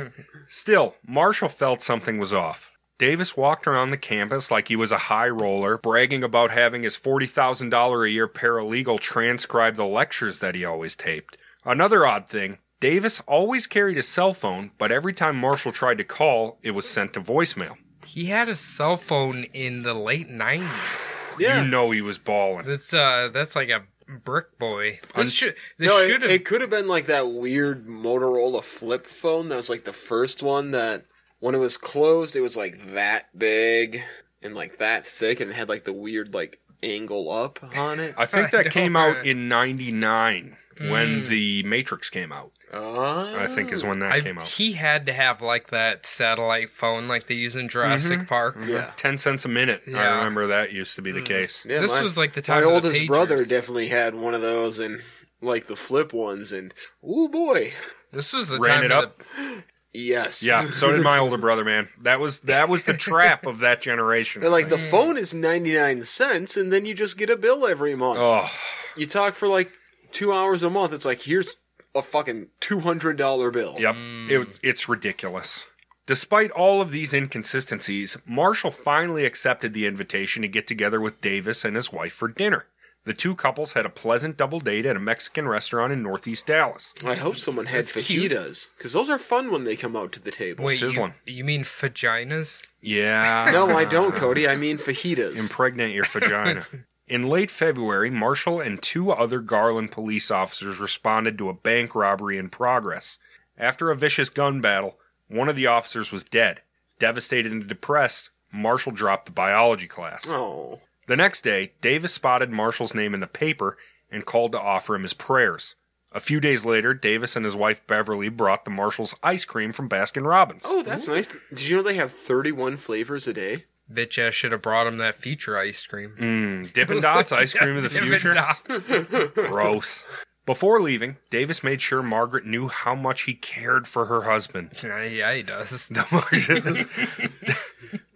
Still, Marshall felt something was off. Davis walked around the campus like he was a high roller, bragging about having his $40,000 a year paralegal transcribe the lectures that he always taped. Another odd thing Davis always carried a cell phone, but every time Marshall tried to call, it was sent to voicemail. He had a cell phone in the late 90s. Yeah. You know he was balling. That's uh, that's like a brick boy. This should this No, should it, have. it could have been like that weird Motorola flip phone that was like the first one that, when it was closed, it was like that big and like that thick and had like the weird like angle up on it. I think I that came out don't- in 99 when the Matrix came out, Oh. I think is when that I- came out. he had to have like that satellite phone like they use in Jurassic Mm-hmm. Park. Yeah. 10 cents a minute. I Yeah. Mm. remember that used to be the case. Yeah, This my- was like the time My of the oldest brother pagers. definitely had one of those, and like the flip ones, and oh boy, This was the Ran time it of up. the yes, Yeah, so did my older brother, man. That was that was the trap of that They're generation. like the phone is ninety nine cents, and then you just get a bill every month. Oh, You talk for like two hours a month. It's like here's a fucking two hundred dollar bill. yep. Mm. It, it's ridiculous. Despite all of these inconsistencies, Marshall finally accepted the invitation to get together with Davis and his wife for dinner. The two couples had a pleasant double date at a Mexican restaurant in Northeast Dallas. I hope someone had That's cute. fajitas because those are fun when they come out to the table. wait. You, Sizzling. you mean vaginas? Yeah. No, I don't, Cody. I mean fajitas. impregnate your vagina. In late February, Marshall and two other Garland police officers responded to a bank robbery in progress. After a vicious gun battle, one of the officers was dead. Devastated and depressed, Marshall dropped the biology class. Oh, The next day, Davis spotted Marshall's name in the paper and called to offer him his prayers. A few days later, Davis and his wife Beverly brought the Marshall's ice cream from Baskin Robbins. oh, that's nice. Did you know they have thirty one flavors a day? Bitch ass should have brought him that future ice cream. Mm, Dippin' Dots ice cream of the If it future. not- Gross. Before leaving, Davis made sure Margaret knew how much he cared for her husband. yeah, yeah, he does. The, Marshals,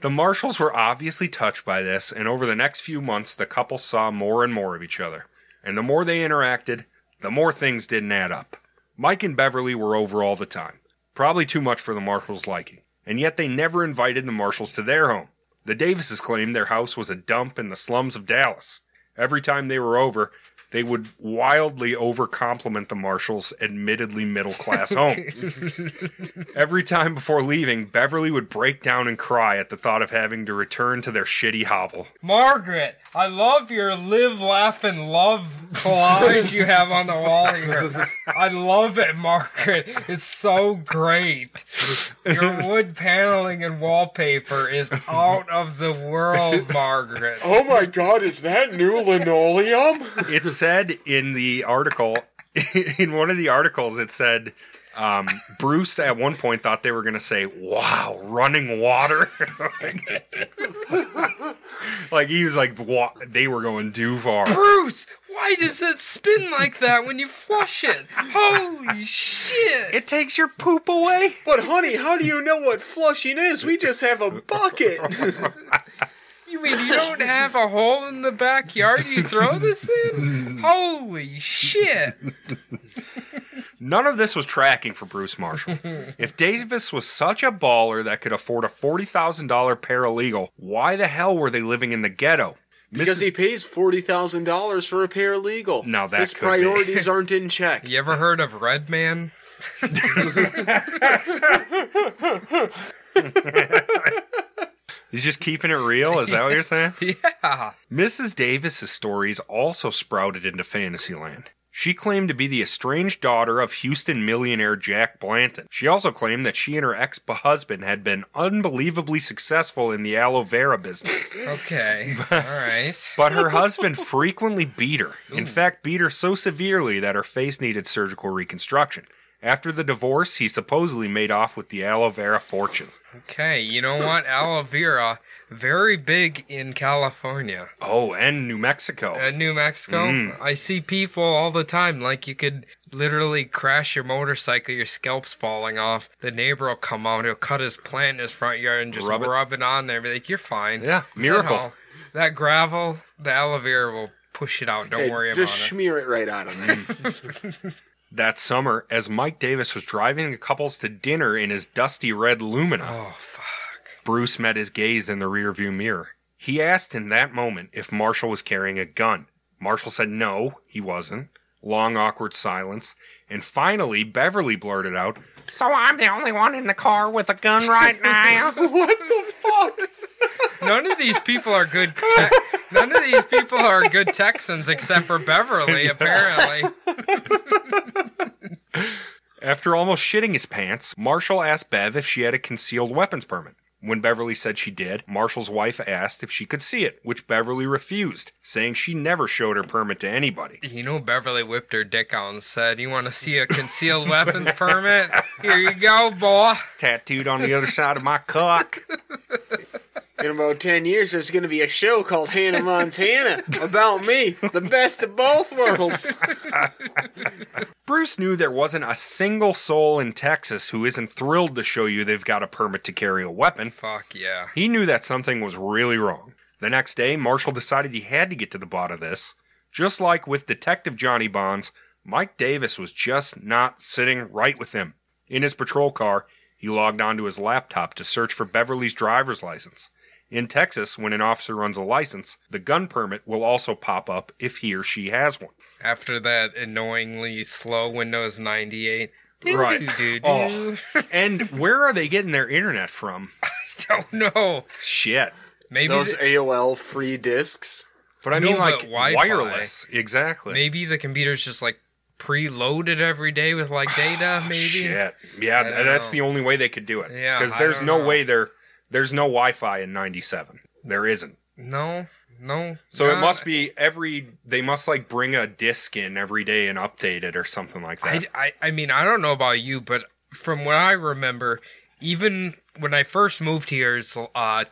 the Marshals were obviously touched by this, and over the next few months, the couple saw more and more of each other. And the more they interacted, the more things didn't add up. Mike and Beverly were over all the time, probably too much for the Marshals' liking, and yet they never invited the Marshals to their home. The Davises claimed their house was a dump in the slums of Dallas. Every time they were over, they would wildly overcompliment the Marshalls' admittedly middle class home. Every time before leaving, Beverly would break down and cry at the thought of having to return to their shitty hovel. Margaret, I love your live, laugh, and love collage you have on the wall here. I love it, Margaret. It's so great. Your wood paneling and wallpaper is out of the world, Margaret. Oh my god, is that new linoleum? It said in the article, in one of the articles, it said, um, Bruce at one point thought they were going to say, wow, running water. like, he was like, wa- they were going too far. Bruce, why does it spin like that when you flush it? Holy shit! It takes your poop away? but honey, how do you know what flushing is? We just have a bucket. You mean you don't have a hole in the backyard you throw this in? Holy shit! None of this was tracking for Bruce Marshall. if Davis was such a baller that could afford a $40,000 paralegal, why the hell were they living in the ghetto? because Mrs. he pays forty thousand dollars for a paralegal. Now that his could be. priorities aren't in check. You ever heard of Red Man? He's just keeping it real? Is that what you're saying? Yeah. Mrs. Davis's stories also sprouted into Fantasyland. She claimed to be the estranged daughter of Houston millionaire Jack Blanton. She also claimed that she and her ex husband had been unbelievably successful in the aloe vera business. Okay. All right. But her husband frequently beat her. In fact, beat her so severely that her face needed surgical reconstruction. After the divorce, he supposedly made off with the aloe vera fortune. Okay. You know what? Aloe vera, very big in California Oh, and New Mexico. and New Mexico. Oh. Mm. I see people all the time. Like you could literally crash your motorcycle, your scalp's falling off. The neighbor will come out, he'll cut his plant in his front yard and just Rub rub it. it, on there. Be like, you're fine. yeah, miracle. No, that gravel, the aloe vera will push it out. Don't Hey, worry about just it. smear it right out of there. That summer, as Mike Davis was driving the couples to dinner in his dusty red Lumina, Oh fuck. Bruce met his gaze in the rearview mirror. He asked in that moment if Marshall was carrying a gun. Marshall said no, he wasn't. Long, awkward silence. And finally, Beverly blurted out, So I'm the only one in the car with a gun right now? what the fuck? None of these people are good. Te- none of these people are good Texans except for Beverly. Apparently, After almost shitting his pants, Marshall asked Bev if she had a concealed weapons permit. When Beverly said she did, Marshall's wife asked if she could see it, which Beverly refused, saying she never showed her permit to anybody. you know Beverly whipped her dick out and said, "You want to see a concealed weapons permit? Here you go, boy." Tattooed on the other side of my cock. In about 10 years, there's going to be a show called Hannah Montana about me, the best of both worlds. Bruce knew there wasn't a single soul in Texas who isn't thrilled to show you they've got a permit to carry a weapon. Fuck yeah. He knew that something was really wrong. The next day, Marshall decided he had to get to the bottom of this. Just like with Detective Johnny Bonds, Mike Davis was just not sitting right with him. In his patrol car, he logged onto his laptop to search for Beverly's driver's license. In Texas, when an officer runs a license, the gun permit will also pop up if he or she has one. After that annoyingly slow Windows 98. Right. Doo-doo-doo-doo. Oh. And where are they getting their internet from? Don't know. Shit. Maybe Those th- AOL free discs. But I No, mean, like but Wi-Fi. wireless. Exactly. maybe the computer's just like preloaded every day with like data. Maybe. Shit. Yeah, don't th- that's know. the only way they could do it. Yeah, Because I there's don't no know. way there. There's no Wi-Fi in '97. There isn't. No. No. So it no. must be every. They must like bring a disc in every day and update it or something like that. I, I, I mean, I don't know about you, but from what I remember, even when I first moved here, it's uh,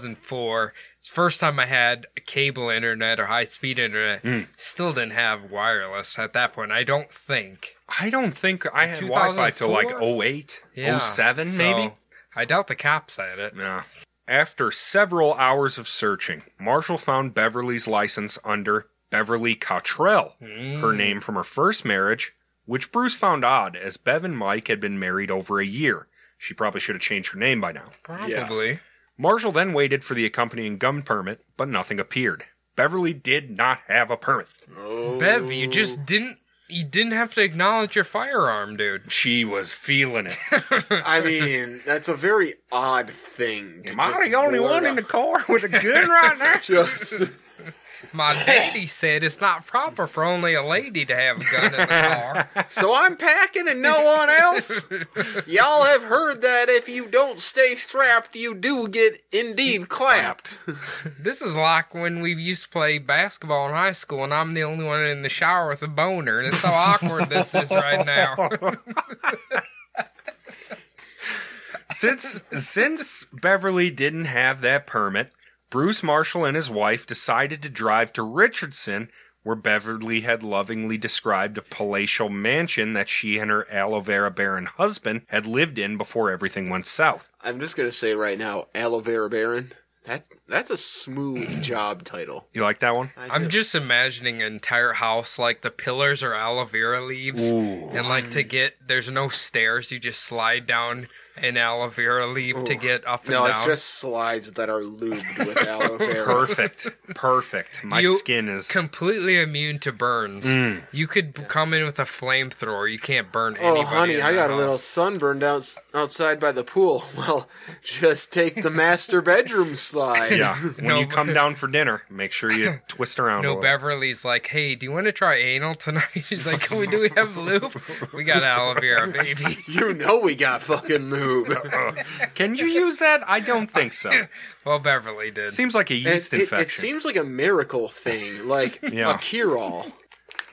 2004. It's the first time I had cable internet or high speed internet. Still didn't have wireless at that point. I don't think. I, don't think I had Wi-Fi till like 2004? 08, Yeah. 07 So, maybe. I doubt the cops had it. Yeah. After several hours of searching, Marshall found Beverly's license under Beverly Cottrell, her name from her first marriage, which Bruce found odd as Bev and Mike had been married over a year. She probably should have changed her name by now. Probably. Marshall then waited for the accompanying gun permit, but nothing appeared. Beverly did not have a permit. Oh. Bev, you just didn't. You didn't have to acknowledge your firearm, dude. She was feeling it. I mean, that's a very odd thing. To Am I just the only blurt one in the out. car with a gun right now? Just My daddy said it's not proper for only a lady to have a gun in the car. so I'm packing and no one else. Y'all have heard that if you don't stay strapped, you do get indeed clapped. This is like when we used to play basketball in high school, and I'm the only one in the shower with a boner, and it's so awkward this is right now. since since Beverly didn't have that permit, Bruce Marshall and his wife decided to drive to Richardson, where Beverly had lovingly described a palatial mansion that she and her aloe vera baron husband had lived in before everything went south. I'm just gonna say right now, aloe vera baron. That's that's a smooth job title. You like that one? I I'm do. just imagining an entire house like the pillars are aloe vera leaves, Ooh. and like to get there's no stairs, you just slide down an aloe vera leaf to get up and no, down. it's just slides that are lubed with aloe vera. Perfect. Perfect. My You skin is completely iimmune to burns. You could b- come in with a flamethrower. You can't burn Mm. Oh, anybody. honey, in I the got a little house. sunburned out, outside by the pool. Well, just take the master bedroom slide. Yeah. When No, you come down for dinner, make sure you twist around. a No, little. Beverly's like, hey, do you want to try anal tonight? She's like, can we do we have lube? We got aloe vera, baby. You know we got fucking lube. Can you use that? I don't think so. Well, Beverly did. Seems like a yeast it, it, infection. it seems like a miracle thing, like Yeah. a cure-all. All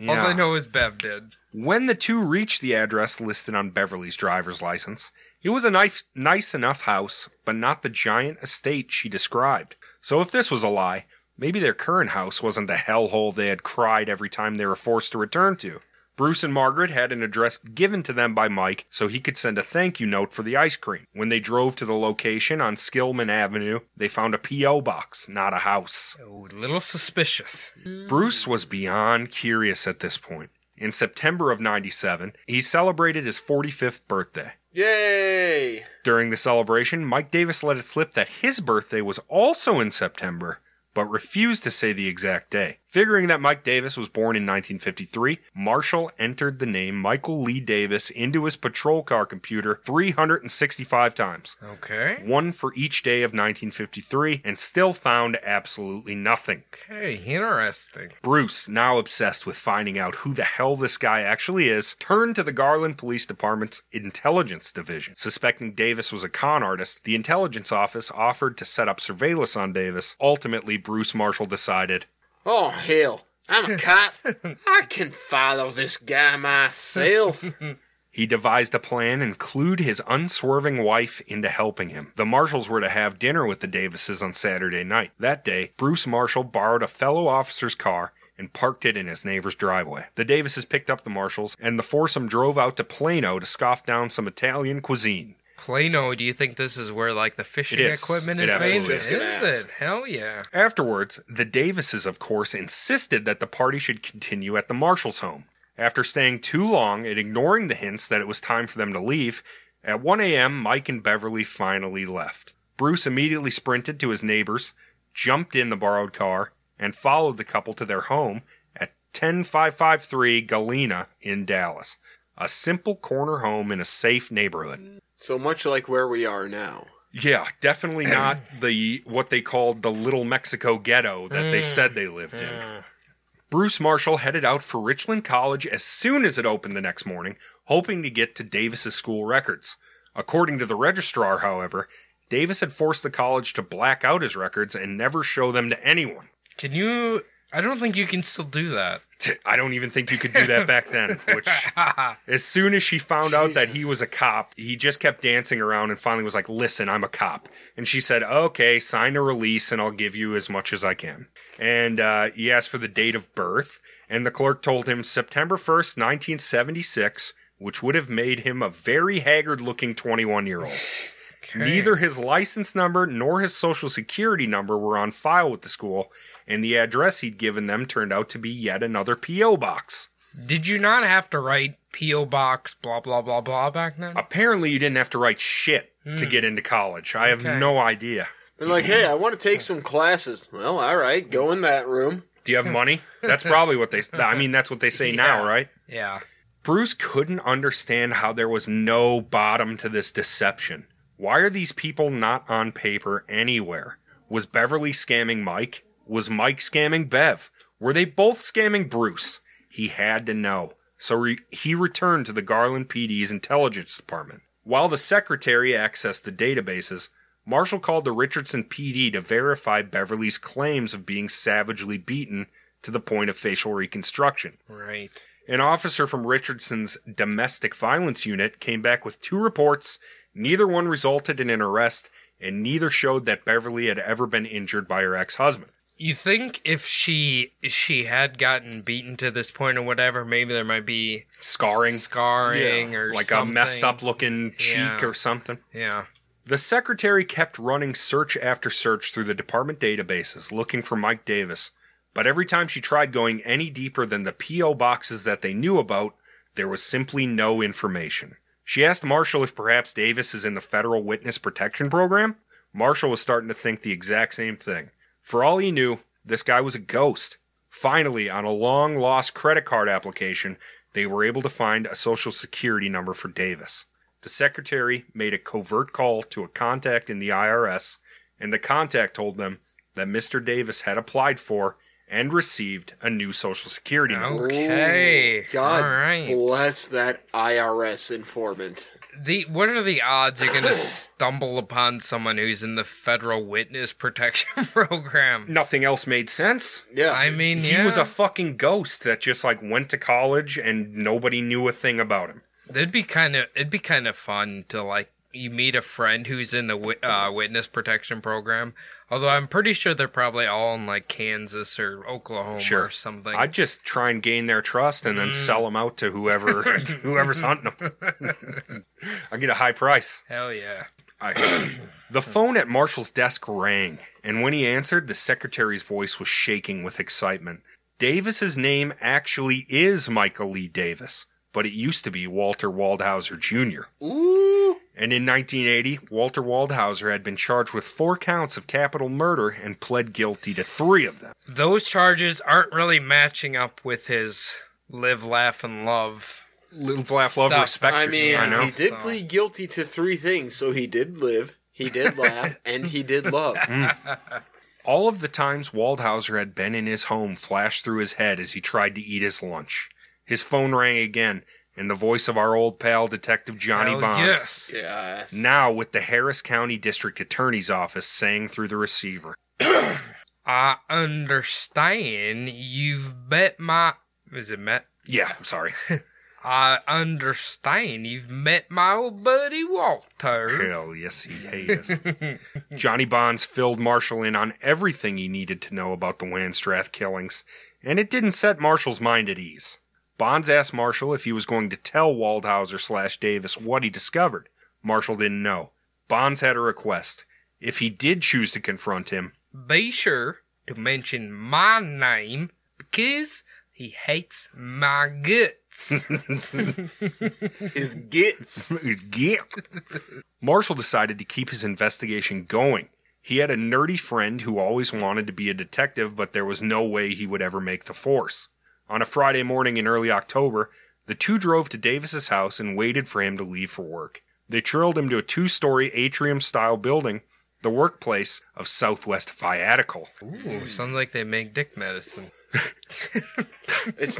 Yeah. I know is Bev did. When the two reached the address listed on Beverly's driver's license, it was a nice, nice enough house, but not the giant estate she described. So if this was a lie, maybe their current house wasn't the hellhole they had cried every time they were forced to return to. Bruce and Margaret had an address given to them by Mike so he could send a thank you note for the ice cream. When they drove to the location on Skillman Avenue, they found a P.O. box, not a house. Oh, a little suspicious. Bruce was beyond curious at this point. In September of 97, he celebrated his 45th birthday. Yay! During the celebration, Mike Davis let it slip that his birthday was also in September, but refused to say the exact day. Figuring that Mike Davis was born in 1953, Marshall entered the name Michael Lee Davis into his patrol car computer 365 times, Okay. one for each day of 1953, and still found absolutely nothing. Okay, interesting. Bruce, now obsessed with finding out who the hell this guy actually is, turned to the Garland Police Department's Intelligence Division. Suspecting Davis was a con artist, the intelligence office offered to set up surveillance on Davis. Ultimately, Bruce Marshall decided, Oh hell, I'm a cop. I can follow this guy myself. He devised a plan and clued his unswerving wife into helping him. The Marshalls were to have dinner with the Davises on Saturday night. That day, Bruce Marshall borrowed a fellow officer's car and parked it in his neighbor's driveway. The Davises picked up the Marshalls, and the foursome drove out to Plano to scoff down some Italian cuisine. Plano, do you think this is where like the fishing It is. equipment It is made? absolutely is. Is it? Hell yeah. Afterwards, the Davises, of course, insisted that the party should continue at the Marshall's home. After staying too long and ignoring the hints that it was time for them to leave, at 1 a.m., Mike and Beverly finally left. Bruce immediately sprinted to his neighbors, jumped in the borrowed car, and followed the couple to their home at 10553 Galena in Dallas, a simple corner home in a safe neighborhood. so much like where we are now. Yeah, definitely not the what they called the Little Mexico ghetto that they said they lived in. Bruce Marshall headed out for Richland College as soon as it opened the next morning, hoping to get to Davis's school records. According to the registrar, however, Davis had forced the college to black out his records and never show them to anyone. Can you? I don't think you can still do that. T- I don't even think you could do that back then, which as soon as she found out that he was a cop, he just kept dancing around and finally was like, "Listen, I'm a cop." And she said, "Okay, sign a release and I'll give you as much as I can." And uh, he asked for the date of birth, and the clerk told him September 1st, 1976, which would have made him a very haggard-looking 21-year-old. Neither his license number nor his social security number were on file with the school, and the address he'd given them turned out to be yet another P.O. box. Did you not have to write P.O. Box blah blah blah Uh, blah back then? Apparently, you didn't have to write shit to get into college. I have Okay. no idea. And like, hey, I want to take some classes. Well, all right, go in that room. Do you have money? That's probably what they. I mean, that's what they say now, Yeah. right? Yeah. Bruce couldn't understand how there was no bottom to this deception. Why are these people not on paper anywhere? Was Beverly scamming Mike? Was Mike scamming Bev? Were they both scamming Bruce? He had to know. So re- he returned to the Garland PD's intelligence department. While the secretary accessed the databases, Marshall called the Richardson PD to verify Beverly's claims of being savagely beaten to the point of facial reconstruction. Right. An officer from Richardson's domestic violence unit came back with two reports. Neither one resulted in an arrest, and neither showed that Beverly had ever been injured by her ex husband. You think if she she had gotten beaten to this point or whatever, maybe there might be Scarring, scarring Yeah, or like something. a messed up looking cheek Yeah. or something. Yeah. The secretary kept running search after search through the department databases looking for Mike Davis, but every time she tried going any deeper than the P.O. boxes that they knew about, there was simply no information. She asked Marshall if perhaps Davis is in the Federal Witness Protection Program. Marshall was starting to think the exact same thing. For all he knew, this guy was a ghost. Finally, on a long lost credit card application, they were able to find a social security number for Davis. The secretary made a covert call to a contact in the IRS, and the contact told them that Mr. Davis had applied for and received a new social security number. Okay. Ooh, God All right. bless that IRS informant. The what are the odds you're gonna stumble upon someone who's in the federal witness protection program? Nothing else made sense. Yeah, I mean, He yeah, was a fucking ghost that just like went to college and nobody knew a thing about him. that'd be kind of it'd be kind of fun to like you meet a friend who's in the wit- uh, witness protection program. Although I'm pretty sure they're probably all in like Kansas or Oklahoma Sure. or something. I'd just try and gain their trust and then sell 'em sell them out to whoever whoever's hunting them. I get a high price. Hell yeah. I, the phone at Marshall's desk rang, and when he answered, the secretary's voice was shaking with excitement. Davis's name actually is Michael Lee Davis, but it used to be Walter Waldhauser Jr. ooh, And in 1980, Walter Waldhauser had been charged with four counts of capital murder and pled guilty to three of them. Those charges aren't really matching up with his live, laugh, and love. Live, laugh, love, Stop. respect I yourself. mean, I know. he did So- plead guilty to three things, so he did live, he did laugh, and he did love. All of the times Waldhauser had been in his home flashed through his head as he tried to eat his lunch. His phone rang again, and the voice of our old pal Detective Johnny Hell Bonds, yes. Yes. now with the Harris County District Attorney's Office, sang through the receiver. I understand you've met my. Is it met? Yeah, I'm sorry. I understand you've met my old buddy Walter. Hell yes, he is. Johnny Bonds filled Marshall in on everything he needed to know about the Wanstrath killings, and it didn't set Marshall's mind at ease. Bonds asked Marshall if he was going to tell Waldhauser slash Davis what he discovered. Marshall didn't know. Bonds had a request. If he did choose to confront him, Be sure to mention my name because he hates my guts. His gets. Gip. Marshall decided to keep his investigation going. He had a nerdy friend who always wanted to be a detective, but there was no way he would ever make the force. On a Friday morning in early October, the two drove to Davis's house and waited for him to leave for work. They trailed him to a two story atrium style building, the workplace of Southwest Viatical. Ooh, sounds like they make dick medicine. It's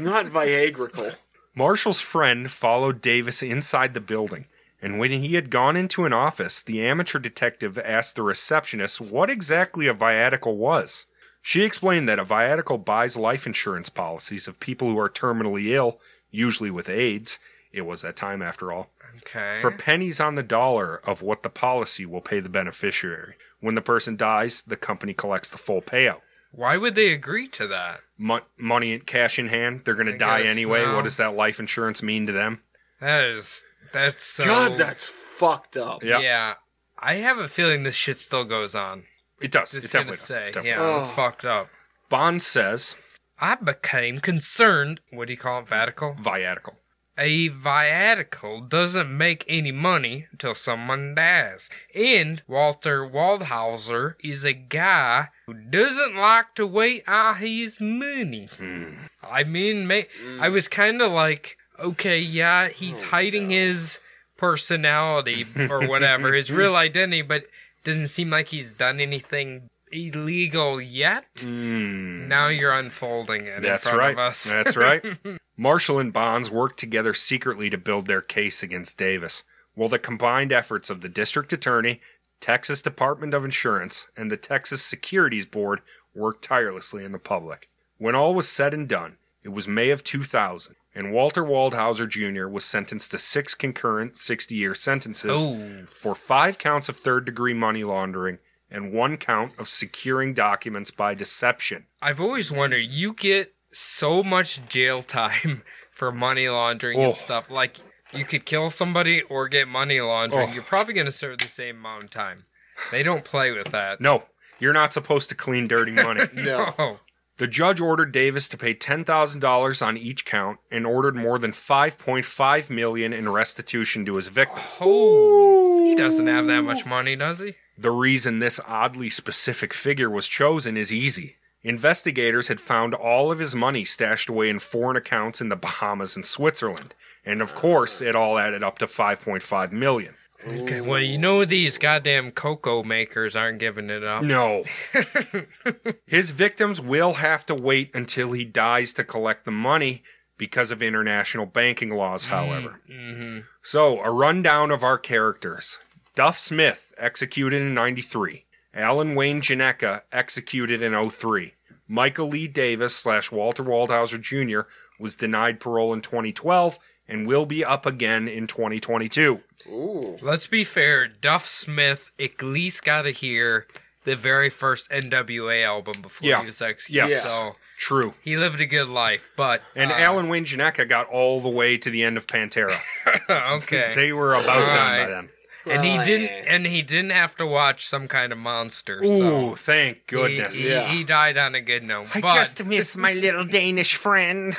not Viagra. Marshall's friend followed Davis inside the building, and when he had gone into an office, the amateur detective asked the receptionist what exactly a viatical was. She explained that a viatical buys life insurance policies of people who are terminally ill, usually with AIDS. It was that time after all Okay. for pennies on the dollar of what the policy will pay the beneficiary. When the person dies, the company collects the full payout. Why would they agree to that? Mon- money, cash in hand, they're going I to die guess, anyway. no. What does that life insurance mean to them? That is. That's so. God, that's fucked up. Yeah. Yeah. I have a feeling this shit still goes on. It does. Just it gonna definitely does. say, Definitely. yeah, does. it's Oh. fucked up. Bond says I became concerned. What do you call it, Vatical? viatical. A viatical doesn't make any money until someone dies. And Walter Waldhauser is a guy who doesn't like to wait on his money. Hmm. I mean, ma- I Mm. was kind of like, okay, yeah, Oh, he's hiding his personality or whatever, his real identity, but doesn't seem like he's done anything illegal yet. Hmm. Now you're unfolding it That's in front right. of us. That's right. Marshall and Bonds worked together secretly to build their case against Davis, while the combined efforts of the district attorney, Texas Department of Insurance, and the Texas Securities Board worked tirelessly in the public. When all was said and done, it was May of 2000, and Walter Waldhauser Jr. was sentenced to six concurrent 60 year sentences Oh, for five counts of third degree money laundering and one count of securing documents by deception. I've always wondered. You get so much jail time for money laundering Oh. and stuff. Like you could kill somebody or get money laundering. Oh. You're probably going to serve the same amount of time. They don't play with that. Oh. No, you're not supposed to clean dirty money. No. No. The judge ordered Davis to pay $10,000 on each count and ordered more than 5.5 million in restitution to his victims. Oh, he doesn't have that much money, does he? The reason this oddly specific figure was chosen is easy. Investigators had found all of his money stashed away in foreign accounts in the Bahamas and Switzerland, and of course, it all added up to 5.5 million. Okay. Well, you know these goddamn cocoa makers aren't giving it up. No. His victims will have to wait until he dies to collect the money because of international banking laws, however. So, a rundown of our characters Duff Smith, executed in 93. Alan Wayne Janeka, executed in 03. Michael Lee Davis slash Walter Waldhauser Jr. was denied parole in 2012 and will be up again in 2022. Ooh. Let's be fair. Duff Smith at least got to hear the very first NWA album before Yeah. he was executed. Yes. So True. he lived a good life, but And Alan Wayne Janeka got all the way to the end of Pantera. okay. They were about done by Alright. then. and he Well, didn't. eh. And he didn't have to watch some kind of monster. so Ooh, thank he- goodness. He, Yeah. he died on a good note. but- miss my little Danish friend.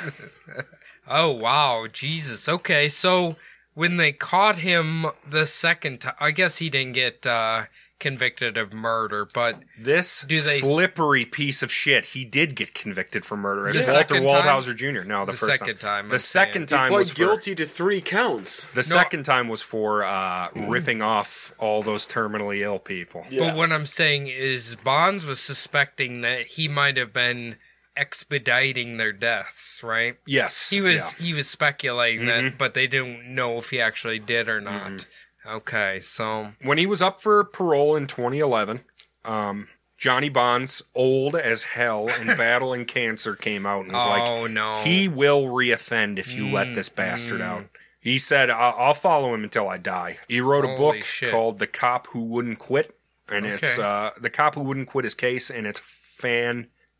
Oh wow, Jesus. Okay, so when they caught him the second time, I guess he didn't get uh, convicted of murder, but This Do they- slippery piece of shit. He did get convicted for murder as The Walter second Waldhauser Jr. No, the, The first second time, The I'm second He time was pled for, guilty to three counts. the second time was for uh, ripping off all those terminally ill people. but what I'm saying is Bonds was suspecting that he might have been expediting their deaths, right? Yes, He was yeah. Mm-hmm. he was speculating that, but they didn't know if he actually did or not. Okay, so when he was up for parole in 2011. Um, Johnny Bonds, old as hell and battling cancer, came out and was like, oh no, He will reoffend if you let this bastard out. Mm-hmm. He said, I- "I'll follow him until I die." He wrote a Holy book shit. called "The Cop Who Wouldn't Quit," and it's Okay. uh, the cop who wouldn't quit his case, and it's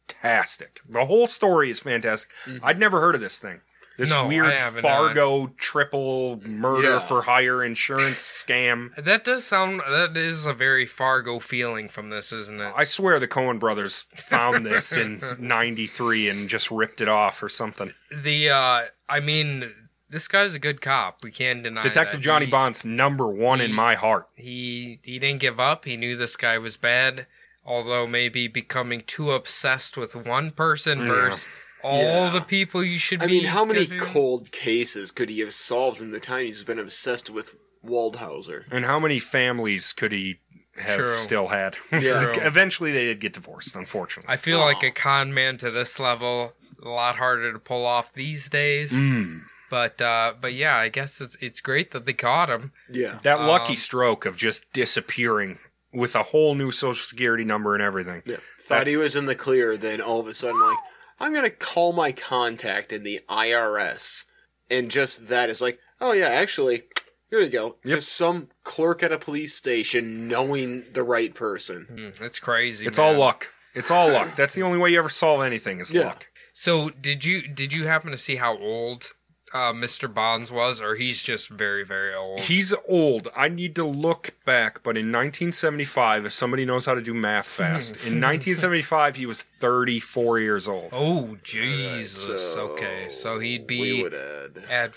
fantastic. The whole story is fantastic. I'd never heard of this thing. This Mm-hmm. No, I weird haven't, Fargo triple murder Yeah. for hire insurance scam. that does sound that is a very Fargo feeling from this, isn't it? I swear the Cohen brothers found this in '93 and just ripped it off or something. the uh I mean this guy's a good cop. We can't deny Detective that. Johnny he, Bond's number one in my heart. He he didn't give up. He knew this guy was bad, although maybe becoming too obsessed with one person Yeah. versus all Yeah. the people you should I be. mean, how many could be- cold cases could he have solved in the time he's been obsessed with Waldhauser? And how many families could he have True. still had? Yeah. True. Eventually, they did get divorced, unfortunately. I feel like a con man to this level a lot harder to pull off these days. Mm. But uh but yeah, I guess it's it's great that they caught him. Yeah. That lucky Um, stroke of just disappearing with a whole new social security number and everything. Yeah. Thought he That's- was in the clear, then all of a sudden, like, I'm going to call my contact in the IRS. And just that is like, oh, yeah, actually, here you go. Just some clerk at a police station knowing the right person. Mm, It's crazy. It's man. all luck. It's all luck. That's the only way you ever solve anything is Yeah. luck. So did you did you happen to see how old uh, Mr. Bonds was, or he's just very, very old. He's old. I need to look back, but in 1975, if somebody knows how to do math fast, in 1975 he was 34 years old. oh, Jesus. okay, so he'd We be would add. at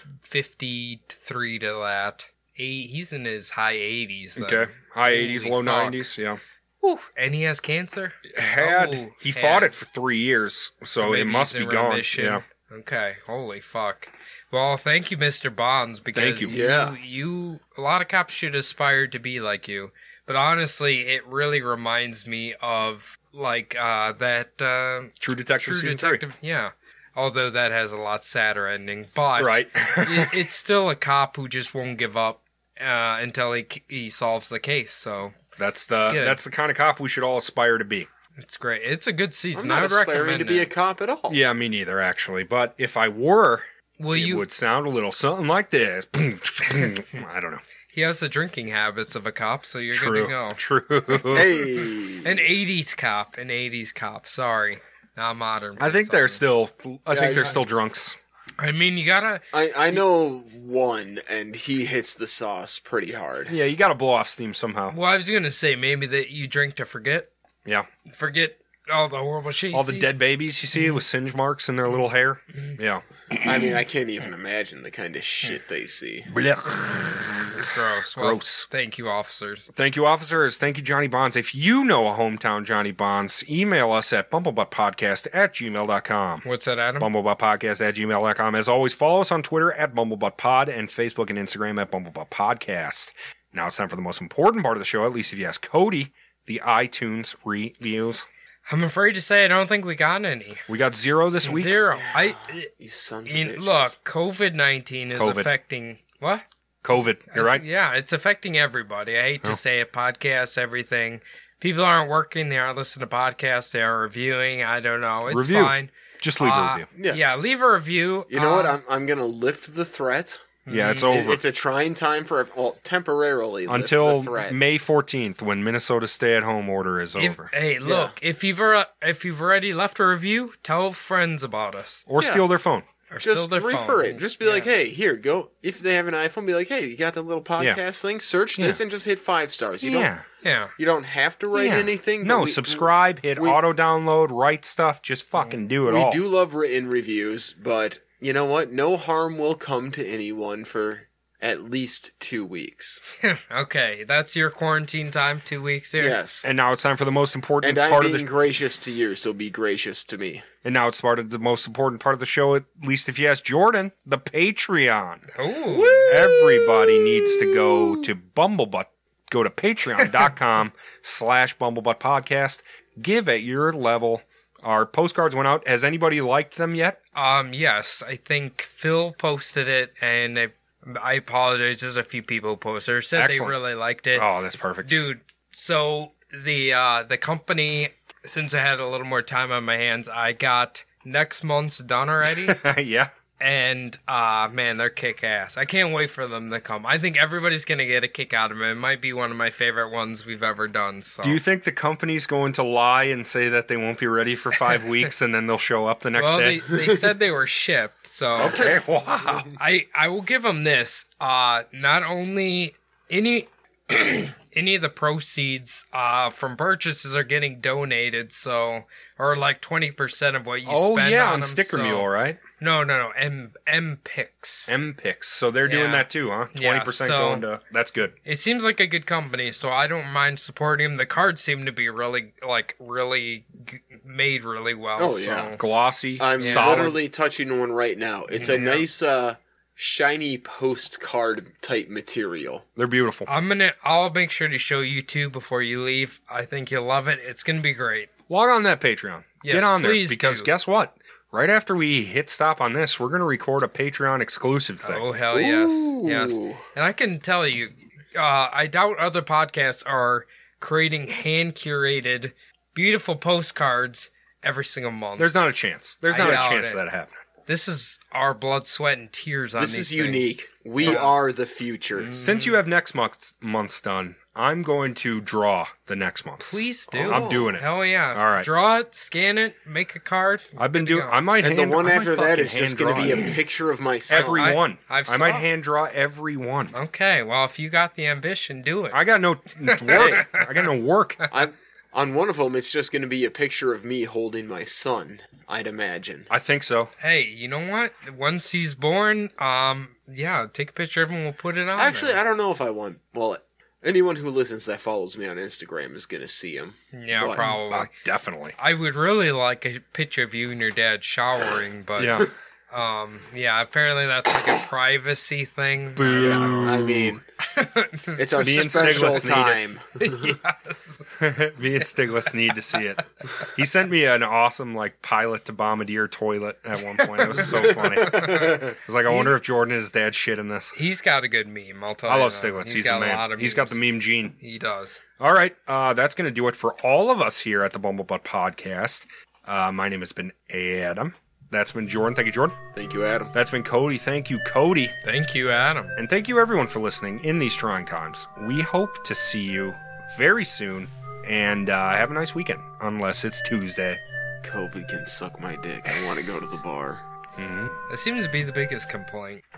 53 to that. Eight, he's in his high 80s, then. Okay, high 80s, low Holy fuck. 90s. Yeah, Whew, and he has cancer? had Oh, he had. fought it for three years, so, maybe it must he's be in gone. remission. Yeah, Okay. Holy fuck. Well, thank you, Mr. Bonds, because Thank you. Yeah. you a lot of cops should aspire to be like you. But honestly, it really reminds me of like uh that uh True Detective True season Detective. Yeah. Although that has a lot sadder ending, but three. Right. it, it's still a cop who just won't give up uh, until he he solves the case. So That's the good. that's the kind of cop we should all aspire to be. it's great. It's a good season. I'm not I would aspiring recommend to be a it. cop at all. Yeah, me neither actually. But if I were, Will it you? would sound a little something like this. I don't know. He has the drinking habits of a cop, so you're True. good to go. True. Hey. An '80s cop, an '80s cop. Sorry, not modern. I think they're there's. still. I Yeah, think yeah. they're still drunks. I mean, you gotta. I, I know one, and he hits the sauce pretty hard. Yeah, you got to blow off steam somehow. Well, I was gonna say maybe that you drink to forget, Yeah, forget all the horrible shit. you all the see. Mm-hmm. dead babies you see with singe marks in their little hair. Yeah, I mean, I can't even imagine the kind of shit they see. It's gross. Well, Gross. Thank you, officers. Thank you, officers. Thank you, Johnny Bonds. If you know a hometown Johnny Bonds, email us at bumblebuttpodcast at gmail.com. What's that, Adam? Bumblebuttpodcast at gmail.com. As always, follow us on Twitter at bumblebuttpod and Facebook and Instagram at bumblebuttpodcast. Now it's time for the most important part of the show, at least if you ask Cody, the iTunes reviews. I'm afraid to say I don't think we got any. We got zero this week. Zero. I You sons in- of bitches. look. COVID nineteen is COVID. affecting what? COVID. You're right. Oh. Yeah, it's affecting everybody. I hate to say it. Podcasts, everything. People aren't working. They aren't listening to podcasts. They aren't reviewing. I don't know. It's Review. fine. Just leave Uh, a review. Yeah. Yeah. leave a review. You know what? Uh, I'm, I'm going to lift the threat. Yeah, it's It- over. It's a trying time for, ev- well, temporarily lift until the threat. May 14th when Minnesota's stay-at-home order is if- over. hey, look! If you've re- if you've already left a review, tell friends about us Or Yeah. steal their phone. or Just steal their refer phone. it. Just be Yeah. like, hey, here, go. If they have an iPhone, be like, hey, you got that little Yeah. podcast thing? Search this Yeah. and just hit five stars. You yeah. don't yeah, you don't have to write yeah. anything. but No, we- subscribe, hit we- auto download, write stuff, just fucking do it We all. do love written reviews, but you know what? No harm will come to anyone for at least two weeks. okay. That's your quarantine time. Two weeks here. Yes. And now it's time for the most important And I'm part being of the gracious to you, so be gracious to me. and now it's part of the most important part of the show, at least if you ask Jordan, the Patreon. Ooh. Everybody needs to go to Bumblebutt. Go to patreon.com slash bumblebutt podcast. Give at your level. Our postcards went out. Has anybody liked them yet? Um. Yes, I think Phil posted it, and I, I apologize. There's a few people who posted. it, Said Excellent. they really liked it. Oh, that's perfect. dude so the uh the company since i had a little more time on my hands i got next month's done already yeah. and uh man they're kick-ass i can't wait for them to come i think everybody's gonna get a kick out of it it might be one of my favorite ones we've ever done so Do you think the company's going to lie and say that they won't be ready for five weeks and then they'll show up the next well day? they, they said they were shipped so okay, wow. I I will give them this. Uh not only any any of the proceeds uh from purchases are getting donated, so or like twenty percent of what you oh, spend. yeah, on, on, them, Sticker so- Mule, right? No, no, no. M M picks. M picks. So they're Yeah. doing that too, huh? 20% Yeah, so- going to. That's good. it seems like a good company, so I don't mind supporting them. The cards seem to be really like really g- made really well. Oh, so. yeah. Glossy, I'm solid. literally touching one right now. It's a nice, uh, shiny postcard type material. They're beautiful. I'm gonna. I'll make sure to show you two before you leave. I think you'll love it. It's gonna be great. Log on that Patreon. Yes, Get on there please because do. guess what? Right after we hit stop on this, we're going to record a Patreon exclusive thing. Oh hell yes, yes. Ooh. And I can tell you, uh, I doubt other podcasts are creating hand curated, beautiful postcards every single month. There's not a chance. There's I not a doubt chance it. of that happening. this is our blood, sweat, and tears on This these is things. unique. We are the future. Mm. Mm. Since you have next month's, month's done, I'm going to draw the next month. Please do. Oh, I'm doing it. Hell yeah. All right. Draw it, scan it, make a card. I've been Good to doing. go. I might And the hand one I might after that fucking is hand just going to draw be a it. picture of myself. every I- one. I, I've might saw- hand draw every one. Okay, well, if you got the ambition, do it. I got no work. I got no work. I, on one of them, it's just going to be a picture of me holding my son. I'd imagine. I think so. hey, you know what? Once he's born, um, yeah, take a picture of him. We'll put Oh, it on. Actually, there. I don't know if I want. Well, anyone who listens that follows me on Instagram is going to see him. yeah, what? probably. Uh, definitely. I would really like a picture of you and your dad showering, but Yeah. um, yeah, apparently that's like a privacy thing. Boo. I mean, it's our Me and special Stiglitz need it. time. Me and Stiglitz need to see it. He sent me an awesome like pilot to bombardier toilet at one point. It was so funny. I was like, I wonder if Jordan and his dad shit in this. He's got a good meme. I'll tell I you. love that. Stiglitz. Oh, He's, the man. He's got the memes. meme gene. He does. All right, uh, that's going to do it for all of us here at the Bumblebutt Podcast. Uh, my name has been Adam. That's been Jordan. Thank you, Jordan. Thank you, Adam. That's been Cody. Thank you, Cody. Thank you, Adam. And thank you, everyone, for listening in these trying times. We hope to see you very soon. And uh, have a nice weekend, unless it's Tuesday. COVID can suck my dick. I want to go to the bar. That seems to be the biggest complaint.